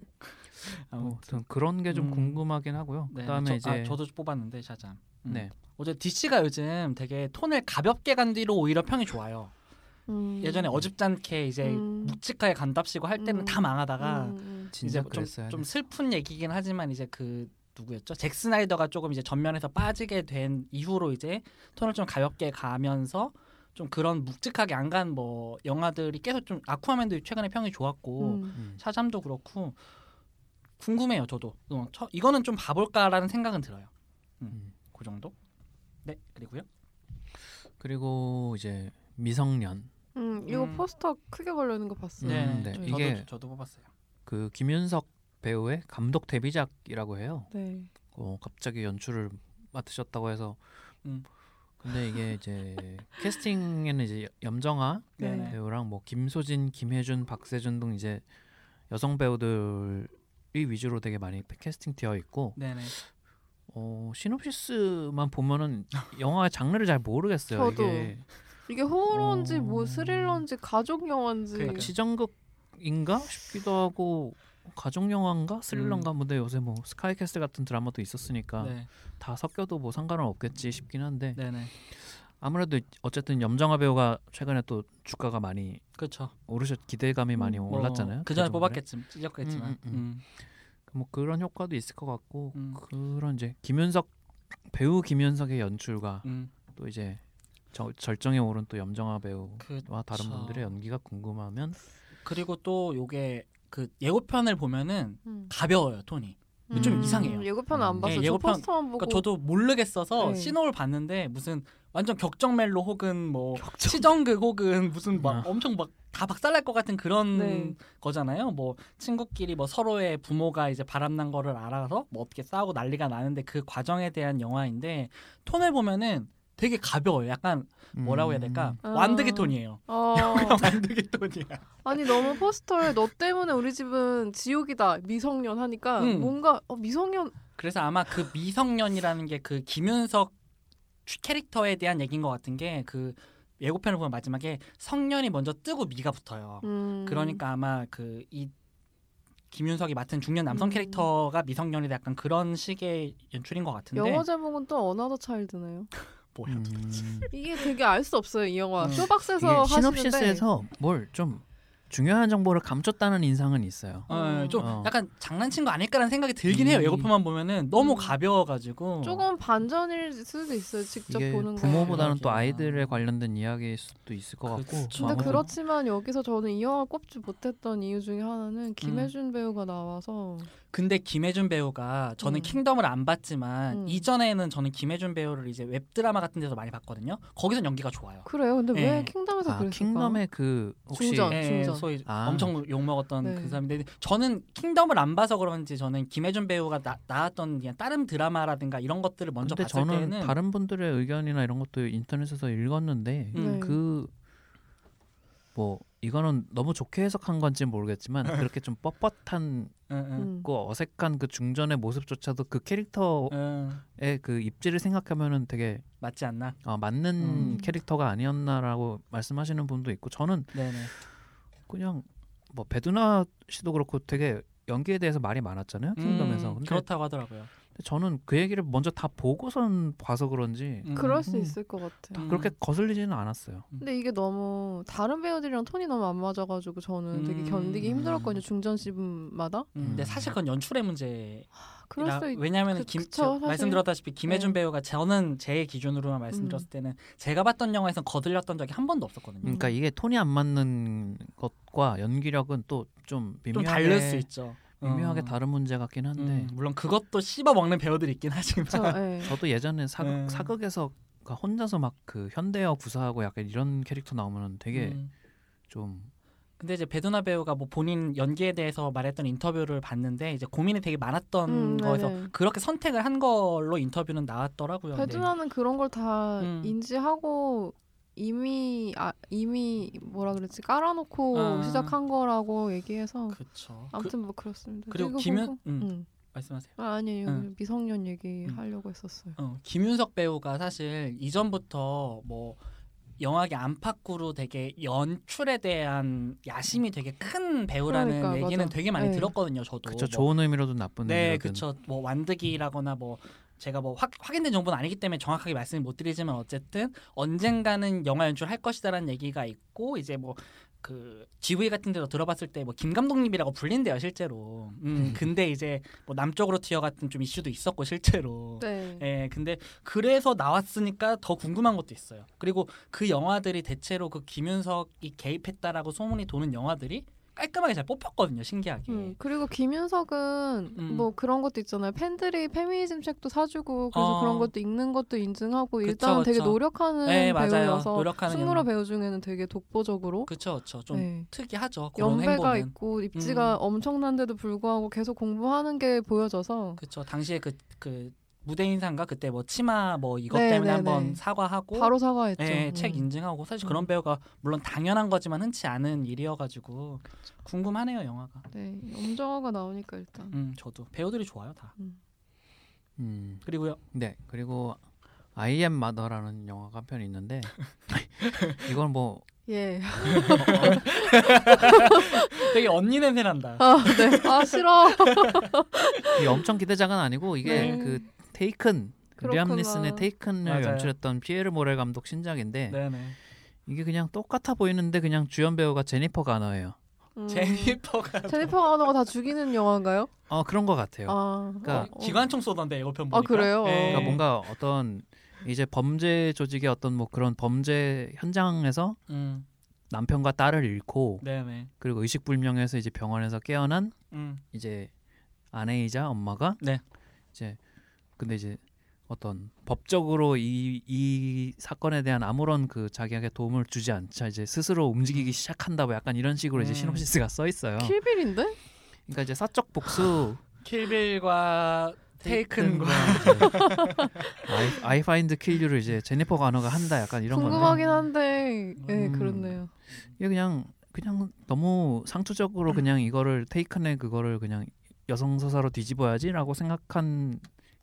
[SPEAKER 1] 아무튼
[SPEAKER 2] 아무튼 그런 게 좀
[SPEAKER 1] 음.
[SPEAKER 2] 궁금하긴 하고요.
[SPEAKER 1] 네,
[SPEAKER 2] 그다음에
[SPEAKER 1] 저,
[SPEAKER 2] 이제
[SPEAKER 1] 아, 저도 뽑았는데 샤잠. 음.
[SPEAKER 2] 네.
[SPEAKER 1] 어제 DC가 요즘 되게 톤을 가볍게 간 뒤로 오히려 평이 좋아요.
[SPEAKER 3] 음.
[SPEAKER 1] 예전에 어줍잖게 이제
[SPEAKER 3] 음.
[SPEAKER 1] 묵직하게 간답시고 할 때는
[SPEAKER 3] 음.
[SPEAKER 1] 다 망하다가
[SPEAKER 3] 음, 음.
[SPEAKER 1] 이제
[SPEAKER 2] 진짜
[SPEAKER 1] 뭐 좀,
[SPEAKER 2] 그랬어요.
[SPEAKER 1] 좀 슬픈 얘기긴 하지만 이제 그 누구였죠? 잭 스나이더가 조금 이제 전면에서 빠지게 된 이후로 이제 톤을 좀 가볍게 가면서 좀 그런 묵직하게 안 간 뭐 영화들이 계속 좀 아쿠아맨도 최근에 평이 좋았고
[SPEAKER 3] 음.
[SPEAKER 2] 음.
[SPEAKER 1] 샤잠도 그렇고 궁금해요 저도 어, 처- 이거는 좀 봐볼까라는 생각은 들어요
[SPEAKER 2] 음.
[SPEAKER 1] 그 정도 네 그리고요
[SPEAKER 2] 그리고 이제 미성년
[SPEAKER 3] 음, 이거
[SPEAKER 1] 음.
[SPEAKER 3] 포스터 크게 걸려 있는 거 봤어요.
[SPEAKER 2] 네. 네.
[SPEAKER 3] 네.
[SPEAKER 1] 저도
[SPEAKER 2] 이게-
[SPEAKER 1] 저도 뽑았어요
[SPEAKER 2] 그 김윤석 배우의 감독 데뷔작이라고 해요.
[SPEAKER 1] 네.
[SPEAKER 2] 어, 갑자기 연출을 맡으셨다고 해서
[SPEAKER 1] 음.
[SPEAKER 2] 근데 이게 이제 캐스팅에는 이제 염정아
[SPEAKER 3] 네.
[SPEAKER 1] 네네
[SPEAKER 2] 배우랑 뭐 김소진, 김혜준, 박세준 등 이제 여성 배우들이 위주로 되게 많이 캐스팅 되어 있고
[SPEAKER 1] 네네
[SPEAKER 2] 어, 시놉시스만 보면은 영화의 장르를 잘 모르겠어요.
[SPEAKER 3] 저도.
[SPEAKER 2] 이게
[SPEAKER 3] 이게 호러인지 뭐
[SPEAKER 2] 어.
[SPEAKER 3] 스릴러인지 가족 영화인지
[SPEAKER 1] 그러니까.
[SPEAKER 2] 지정극인가 싶기도 하고 가족 영화인가 스릴러인가 뭔데 요새 뭐 스카이캐슬 같은 드라마도 있었으니까
[SPEAKER 1] 음. 네.
[SPEAKER 2] 다 섞여도 뭐 상관은 없겠지 싶긴 한데
[SPEAKER 1] 네네
[SPEAKER 2] 아무래도 어쨌든 염정아 배우가 최근에 또 주가가 많이
[SPEAKER 1] 그렇죠
[SPEAKER 2] 오르셨 기대감이 많이
[SPEAKER 1] 뭐,
[SPEAKER 2] 올랐잖아요.
[SPEAKER 1] 그 전에
[SPEAKER 2] 대중들의.
[SPEAKER 1] 뽑았겠지만 찢었겠지만
[SPEAKER 2] 음, 음, 음.
[SPEAKER 1] 음.
[SPEAKER 2] 뭐 그런 효과도 있을 것 같고
[SPEAKER 1] 음.
[SPEAKER 2] 그런 이제 김윤석 배우 김윤석의 연출과
[SPEAKER 1] 음.
[SPEAKER 2] 또 이제 저- 절정에 오른 또 염정아 배우와
[SPEAKER 1] 그
[SPEAKER 2] 다른
[SPEAKER 1] 그쵸.
[SPEAKER 2] 분들의 연기가 궁금하면
[SPEAKER 1] 그리고 또 요게 그 예고편을 보면은
[SPEAKER 3] 음.
[SPEAKER 1] 가벼워요 톤이. 음. 좀 이상해요.
[SPEAKER 3] 예고편 안
[SPEAKER 2] 음.
[SPEAKER 3] 봤어요.
[SPEAKER 1] 네,
[SPEAKER 3] 저
[SPEAKER 1] 예고편-
[SPEAKER 3] 포스터만 보고.
[SPEAKER 1] 그러니까 저도 모르겠어서
[SPEAKER 3] 네.
[SPEAKER 1] 신호를 봤는데 무슨 완전 격정 멜로 혹은 뭐 시정극 혹은 무슨 막
[SPEAKER 2] 아.
[SPEAKER 1] 엄청 막 다 박살날 것 같은 그런
[SPEAKER 3] 네.
[SPEAKER 1] 거잖아요. 뭐 친구끼리 뭐 서로의 부모가 이제 바람난 거를 알아서 뭐 어떻게 싸우고 난리가 나는데 그 과정에 대한 영화인데 톤을 보면은 되게 가벼워요. 약간 뭐라고 해야 될까?
[SPEAKER 3] 음.
[SPEAKER 1] 완득이
[SPEAKER 3] 아.
[SPEAKER 1] 톤이에요.
[SPEAKER 3] 어,
[SPEAKER 1] 완득이 톤이야.
[SPEAKER 3] 아니 너무 포스터에 너 때문에 우리 집은 지옥이다 미성년 하니까
[SPEAKER 1] 음.
[SPEAKER 3] 뭔가 어, 미성년
[SPEAKER 1] 그래서 아마 그 미성년이라는 게 그 김윤석 취- 캐릭터에 대한 얘기인 것 같은 게 그 예고편을 보면 마지막에 성년이 먼저 뜨고 미가 붙어요.
[SPEAKER 3] 음.
[SPEAKER 1] 그러니까 아마 그 이 김윤석이 맡은 중년 남성
[SPEAKER 3] 음.
[SPEAKER 1] 캐릭터가 미성년이다 약간 그런 식의 연출인 것 같은데 음.
[SPEAKER 3] 영어 제목은 또 어나더 차일드네요.
[SPEAKER 1] 뭐야
[SPEAKER 3] 음. 이게 되게 알 수 없어요 이 영화.
[SPEAKER 1] 음.
[SPEAKER 3] 쇼박스에서 하시는데
[SPEAKER 2] 시놉시스에서 뭘 좀 중요한 정보를 감췄다는 인상은 있어요.
[SPEAKER 1] 어, 좀
[SPEAKER 2] 어.
[SPEAKER 1] 약간 장난친 거 아닐까라는 생각이 들긴
[SPEAKER 2] 음.
[SPEAKER 1] 해요 예고편만 보면은 너무
[SPEAKER 3] 음.
[SPEAKER 1] 가벼워가지고
[SPEAKER 3] 조금 반전일 수도 있어요. 직접
[SPEAKER 2] 이게
[SPEAKER 3] 보는 거.
[SPEAKER 2] 부모보다는 또
[SPEAKER 1] 대박이다.
[SPEAKER 2] 아이들에 관련된 이야기일 수도 있을 것 같고.
[SPEAKER 1] 그쵸.
[SPEAKER 3] 근데
[SPEAKER 2] 아무튼
[SPEAKER 3] 그렇지만 여기서 저는 이 영화 꼽지 못했던 이유 중에 하나는 김혜준
[SPEAKER 1] 음.
[SPEAKER 3] 배우가 나와서
[SPEAKER 1] 근데 김혜준 배우가 저는
[SPEAKER 3] 음.
[SPEAKER 1] 킹덤을 안 봤지만
[SPEAKER 3] 음.
[SPEAKER 1] 이전에는 저는 김혜준 배우를 이제 웹드라마 같은 데서 많이 봤거든요 거기선 연기가 좋아요
[SPEAKER 3] 그래요. 근데
[SPEAKER 1] 예.
[SPEAKER 3] 왜 킹덤에서
[SPEAKER 2] 아,
[SPEAKER 3] 그랬을까?
[SPEAKER 2] 킹덤의 그 혹시
[SPEAKER 3] 중전.
[SPEAKER 1] 예,
[SPEAKER 3] 진짜.
[SPEAKER 1] 소위
[SPEAKER 2] 아.
[SPEAKER 1] 엄청 욕 먹었던
[SPEAKER 3] 네.
[SPEAKER 1] 그 사람인데 저는 킹덤을 안 봐서 그런지 저는 김혜준 배우가 나, 나왔던 그냥 다른 드라마라든가 이런 것들을 먼저
[SPEAKER 2] 근데
[SPEAKER 1] 봤을
[SPEAKER 2] 저는
[SPEAKER 1] 때는
[SPEAKER 2] 다른 분들의 의견이나 이런 것도 인터넷에서 읽었는데
[SPEAKER 1] 음,
[SPEAKER 3] 네.
[SPEAKER 2] 그 뭐 이거는 너무 좋게 해석한 건지 는 모르겠지만 그렇게 좀 뻣뻣한
[SPEAKER 1] 응, 응.
[SPEAKER 3] 음.
[SPEAKER 2] 고 어색한 그 중전의 모습조차도 그 캐릭터의
[SPEAKER 1] 응,
[SPEAKER 2] 그 입지를 생각하면은 되게
[SPEAKER 1] 맞지 않나?
[SPEAKER 2] 어, 맞는
[SPEAKER 3] 음.
[SPEAKER 2] 캐릭터가 아니었나라고 말씀하시는 분도 있고 저는
[SPEAKER 1] 네네.
[SPEAKER 2] 그냥 뭐 배두나 씨도 그렇고 되게 연기에 대해서 말이 많았잖아요 킹덤에서
[SPEAKER 1] 음,
[SPEAKER 2] 근데
[SPEAKER 1] 그렇다고 하더라고요.
[SPEAKER 2] 저는 그 얘기를 먼저 다 보고선 봐서 그런지
[SPEAKER 1] 음.
[SPEAKER 3] 그럴 수
[SPEAKER 2] 음.
[SPEAKER 3] 있을 것 같아요.
[SPEAKER 1] 음.
[SPEAKER 2] 그렇게 거슬리지는 않았어요.
[SPEAKER 3] 근데 이게 너무 다른 배우들이랑 톤이 너무 안 맞아가지고 저는 되게
[SPEAKER 1] 음.
[SPEAKER 3] 견디기 힘들었거든요 중전 시분마다
[SPEAKER 1] 음, 근데 사실 그건 연출의 문제.
[SPEAKER 3] 그럴 수도 있...
[SPEAKER 1] 왜냐하면
[SPEAKER 3] 그-
[SPEAKER 1] 김
[SPEAKER 3] 그쵸,
[SPEAKER 1] 저-
[SPEAKER 3] 사실.
[SPEAKER 1] 말씀드렸다시피 김혜준
[SPEAKER 3] 네. 음.
[SPEAKER 1] 배우가 저는 제 기준으로만 말씀드렸을 때는 제가 봤던 영화에서 거들렸던 적이 한 번도 없었거든요.
[SPEAKER 2] 그러니까 이게 톤이 안 맞는 것과 연기력은 또
[SPEAKER 1] 좀
[SPEAKER 2] 좀 미묘하게 음,
[SPEAKER 1] 다를 수 있죠.
[SPEAKER 2] 미묘하게
[SPEAKER 1] 어.
[SPEAKER 2] 다른 문제 같긴 한데
[SPEAKER 1] 음, 물론 그것도 씹어 먹는 배우들이 있긴 하지만.
[SPEAKER 3] 저, 예.
[SPEAKER 2] 저도 예전에 사극
[SPEAKER 1] 음.
[SPEAKER 2] 사극에서 그 혼자서 막 그 현대어 구사하고 약간 이런 캐릭터 나오면 되게
[SPEAKER 1] 음.
[SPEAKER 2] 좀
[SPEAKER 1] 근데 이제 배두나 배우가 뭐 본인 연기에 대해서 말했던 인터뷰를 봤는데 이제 고민이 되게 많았던
[SPEAKER 3] 음,
[SPEAKER 1] 거에서
[SPEAKER 3] 네네.
[SPEAKER 1] 그렇게 선택을 한 걸로 인터뷰는 나왔더라고요.
[SPEAKER 3] 배두나는 그런 걸 다
[SPEAKER 1] 음.
[SPEAKER 3] 인지하고 이미 아, 이미 뭐라 그랬지 깔아놓고
[SPEAKER 1] 아.
[SPEAKER 3] 시작한 거라고 얘기해서
[SPEAKER 1] 네. 그쵸. 그,
[SPEAKER 3] 아무튼 뭐 그렇습니다.
[SPEAKER 1] 그리고
[SPEAKER 3] 이거
[SPEAKER 1] 김윤
[SPEAKER 3] 보고-
[SPEAKER 1] 음,
[SPEAKER 3] 음.
[SPEAKER 1] 말씀하세요.
[SPEAKER 3] 아, 아니에요
[SPEAKER 1] 음.
[SPEAKER 3] 미성년 얘기 하려고 했었어요.
[SPEAKER 1] 어, 김윤석 배우가 사실 이전부터 뭐 영화계 안팎으로 되게 연출에 대한 야심이 되게 큰 배우라는
[SPEAKER 3] 그러니까,
[SPEAKER 1] 얘기는
[SPEAKER 3] 맞아.
[SPEAKER 1] 되게 많이
[SPEAKER 3] 네.
[SPEAKER 1] 들었거든요. 저도.
[SPEAKER 2] 그쵸
[SPEAKER 1] 뭐
[SPEAKER 2] 좋은 의미로든 나쁜
[SPEAKER 1] 네,
[SPEAKER 2] 의미로든
[SPEAKER 1] 그렇죠. 뭐 완득이라거나 뭐 제가 뭐 확, 확인된 정보는 아니기 때문에 정확하게 말씀을 못 드리지만 어쨌든 언젠가는 영화 연출할 것이다라는 얘기가 있고 이제 뭐 그 GV 같은 데서 들어봤을 때 뭐 김감독님이라고 불린대요 실제로. 음, 근데 이제 뭐 남쪽으로 튀어 같은 좀 이슈도 있었고 실제로.
[SPEAKER 3] 네.
[SPEAKER 1] 예, 근데 그래서 나왔으니까 더 궁금한 것도 있어요. 그리고 그 영화들이 대체로 그 김윤석이 개입했다라고 소문이 도는 영화들이 깔끔하게 잘 뽑혔거든요, 신기하게.
[SPEAKER 3] 음, 그리고 김윤석은
[SPEAKER 1] 음.
[SPEAKER 3] 뭐 그런 것도 있잖아요. 팬들이 페미니즘 책도 사주고 그래서
[SPEAKER 1] 어.
[SPEAKER 3] 그런 것도 읽는 것도 인증하고
[SPEAKER 1] 그쵸,
[SPEAKER 3] 일단은 되게
[SPEAKER 1] 그쵸.
[SPEAKER 3] 노력하는
[SPEAKER 1] 네, 맞아요.
[SPEAKER 3] 배우여서
[SPEAKER 1] 노력하는
[SPEAKER 3] 승무라
[SPEAKER 1] 영화.
[SPEAKER 3] 배우 중에는 되게 독보적으로
[SPEAKER 1] 그렇죠, 그렇죠. 좀
[SPEAKER 3] 네.
[SPEAKER 1] 특이하죠. 그런
[SPEAKER 3] 연배가
[SPEAKER 1] 행보는.
[SPEAKER 3] 있고 입지가
[SPEAKER 1] 음.
[SPEAKER 3] 엄청난데도 불구하고 계속 공부하는 게 보여져서
[SPEAKER 1] 그렇죠. 당시에 그 그 무대인상가 그때 뭐 치마 뭐 이것
[SPEAKER 3] 네,
[SPEAKER 1] 때문에
[SPEAKER 3] 네,
[SPEAKER 1] 한번
[SPEAKER 3] 네.
[SPEAKER 1] 사과하고
[SPEAKER 3] 바로 사과했죠.
[SPEAKER 1] 예,
[SPEAKER 3] 음.
[SPEAKER 1] 책 인증하고 사실 그런
[SPEAKER 3] 음.
[SPEAKER 1] 배우가 물론 당연한 거지만 흔치 않은 일이어가지고 궁금하네요 영화가.
[SPEAKER 3] 네, 엄정화가 나오니까 일단.
[SPEAKER 1] 음 저도 배우들이 좋아요 다.
[SPEAKER 3] 음.
[SPEAKER 2] 음.
[SPEAKER 1] 그리고요
[SPEAKER 2] 네 그리고 I Am Mother라는 영화가 한 편이 있는데 이건 뭐
[SPEAKER 3] 예.
[SPEAKER 1] 어, 되게 언니 냄새 난다.
[SPEAKER 3] 아, 네. 아, 싫어.
[SPEAKER 2] 이게 엄청 기대작은 아니고 이게
[SPEAKER 3] 네.
[SPEAKER 2] 그 테이큰 그 리암
[SPEAKER 3] 그렇구나.
[SPEAKER 2] 니슨의 테이큰을
[SPEAKER 1] 맞아요.
[SPEAKER 2] 연출했던 피에르 모렐 감독 신작인데
[SPEAKER 1] 네네.
[SPEAKER 2] 이게 그냥 똑같아 보이는데 그냥 주연 배우가 제니퍼 가너예요.
[SPEAKER 3] 음.
[SPEAKER 1] 제니퍼가
[SPEAKER 3] 제니퍼 가너가 다 죽이는 영화인가요?
[SPEAKER 2] 어 그런 것 같아요.
[SPEAKER 3] 아,
[SPEAKER 2] 그러니까
[SPEAKER 3] 어, 어.
[SPEAKER 1] 기관총 쏘던데 예고편 보니까.
[SPEAKER 3] 아, 그래요?
[SPEAKER 1] 예.
[SPEAKER 2] 그러니까 뭔가 어떤 이제 범죄 조직의 어떤 뭐 그런 범죄 현장에서
[SPEAKER 1] 음,
[SPEAKER 2] 남편과 딸을 잃고
[SPEAKER 1] 네네.
[SPEAKER 2] 그리고 의식불명에서 이제 병원에서 깨어난
[SPEAKER 1] 음.
[SPEAKER 2] 이제 아내이자 엄마가
[SPEAKER 1] 네.
[SPEAKER 2] 이제 근데 이제 어떤 법적으로 이, 이 사건에 대한 아무런 그 자기에게 도움을 주지 않자 이제 스스로 움직이기 시작한다 뭐 약간 이런 식으로
[SPEAKER 1] 음.
[SPEAKER 2] 이제 시놉시스가 써 있어요.
[SPEAKER 3] 킬빌인데?
[SPEAKER 2] 그러니까 이제 사적 복수
[SPEAKER 1] 킬빌과 테이큰과
[SPEAKER 2] 뭐 아이- 아이 파인드 킬유를 이제 제니퍼 간호가 한다 약간 이런 건데
[SPEAKER 3] 궁금하긴 한데 예
[SPEAKER 2] 음.
[SPEAKER 3] 그렇네요.
[SPEAKER 2] 이게 그냥 그냥 너무 상투적으로 그냥 이거를 테이큰의 그거를 그냥 여성 서사로 뒤집어야지라고 생각한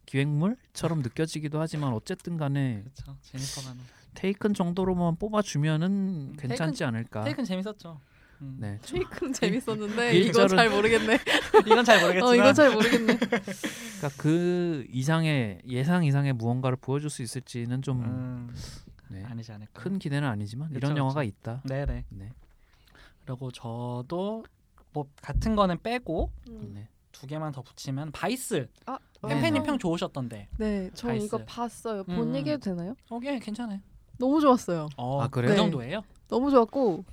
[SPEAKER 2] 기획물처럼 느껴지기도 하지만 어쨌든 간에
[SPEAKER 1] 그렇죠. 제니퍼가 나.
[SPEAKER 2] 테이큰 정도로만 뽑아주면은 괜찮지 않을까.
[SPEAKER 1] 음, 테이큰 재밌었죠. 음.
[SPEAKER 2] 네.
[SPEAKER 3] 테이크는 재밌었는데
[SPEAKER 2] 일절은-
[SPEAKER 3] 이거 잘 모르겠네.
[SPEAKER 1] 이건 잘 모르겠지만
[SPEAKER 3] 어 이거 잘 모르겠네.
[SPEAKER 2] 그러니까 그 이상의 예상 이상의 무언가를 보여줄 수 있을지는 좀 큰
[SPEAKER 1] 음,
[SPEAKER 2] 네.
[SPEAKER 1] 아니지 않을까.
[SPEAKER 2] 기대는 아니지만
[SPEAKER 1] 그쵸,
[SPEAKER 2] 이런
[SPEAKER 1] 그쵸.
[SPEAKER 2] 영화가 있다.
[SPEAKER 1] 네네.
[SPEAKER 2] 네.
[SPEAKER 1] 그리고 저도 뭐 같은 거는 빼고
[SPEAKER 2] 네.
[SPEAKER 1] 두 개만 더 붙이면 바이스.
[SPEAKER 3] 음. 아,
[SPEAKER 2] 어.
[SPEAKER 1] 팬팬님
[SPEAKER 2] 팬팬님
[SPEAKER 1] 네. 평 좋으셨던데.
[SPEAKER 3] 네, 저 이거
[SPEAKER 1] 있어요.
[SPEAKER 3] 봤어요.
[SPEAKER 1] 음,
[SPEAKER 3] 본
[SPEAKER 1] 음.
[SPEAKER 3] 얘기해도 되나요?
[SPEAKER 1] 어, 예, 괜찮아요.
[SPEAKER 3] 너무 좋았어요.
[SPEAKER 1] 어,
[SPEAKER 2] 아, 그래요?
[SPEAKER 1] 그
[SPEAKER 3] 네.
[SPEAKER 1] 정도예요?
[SPEAKER 3] 너무 좋았고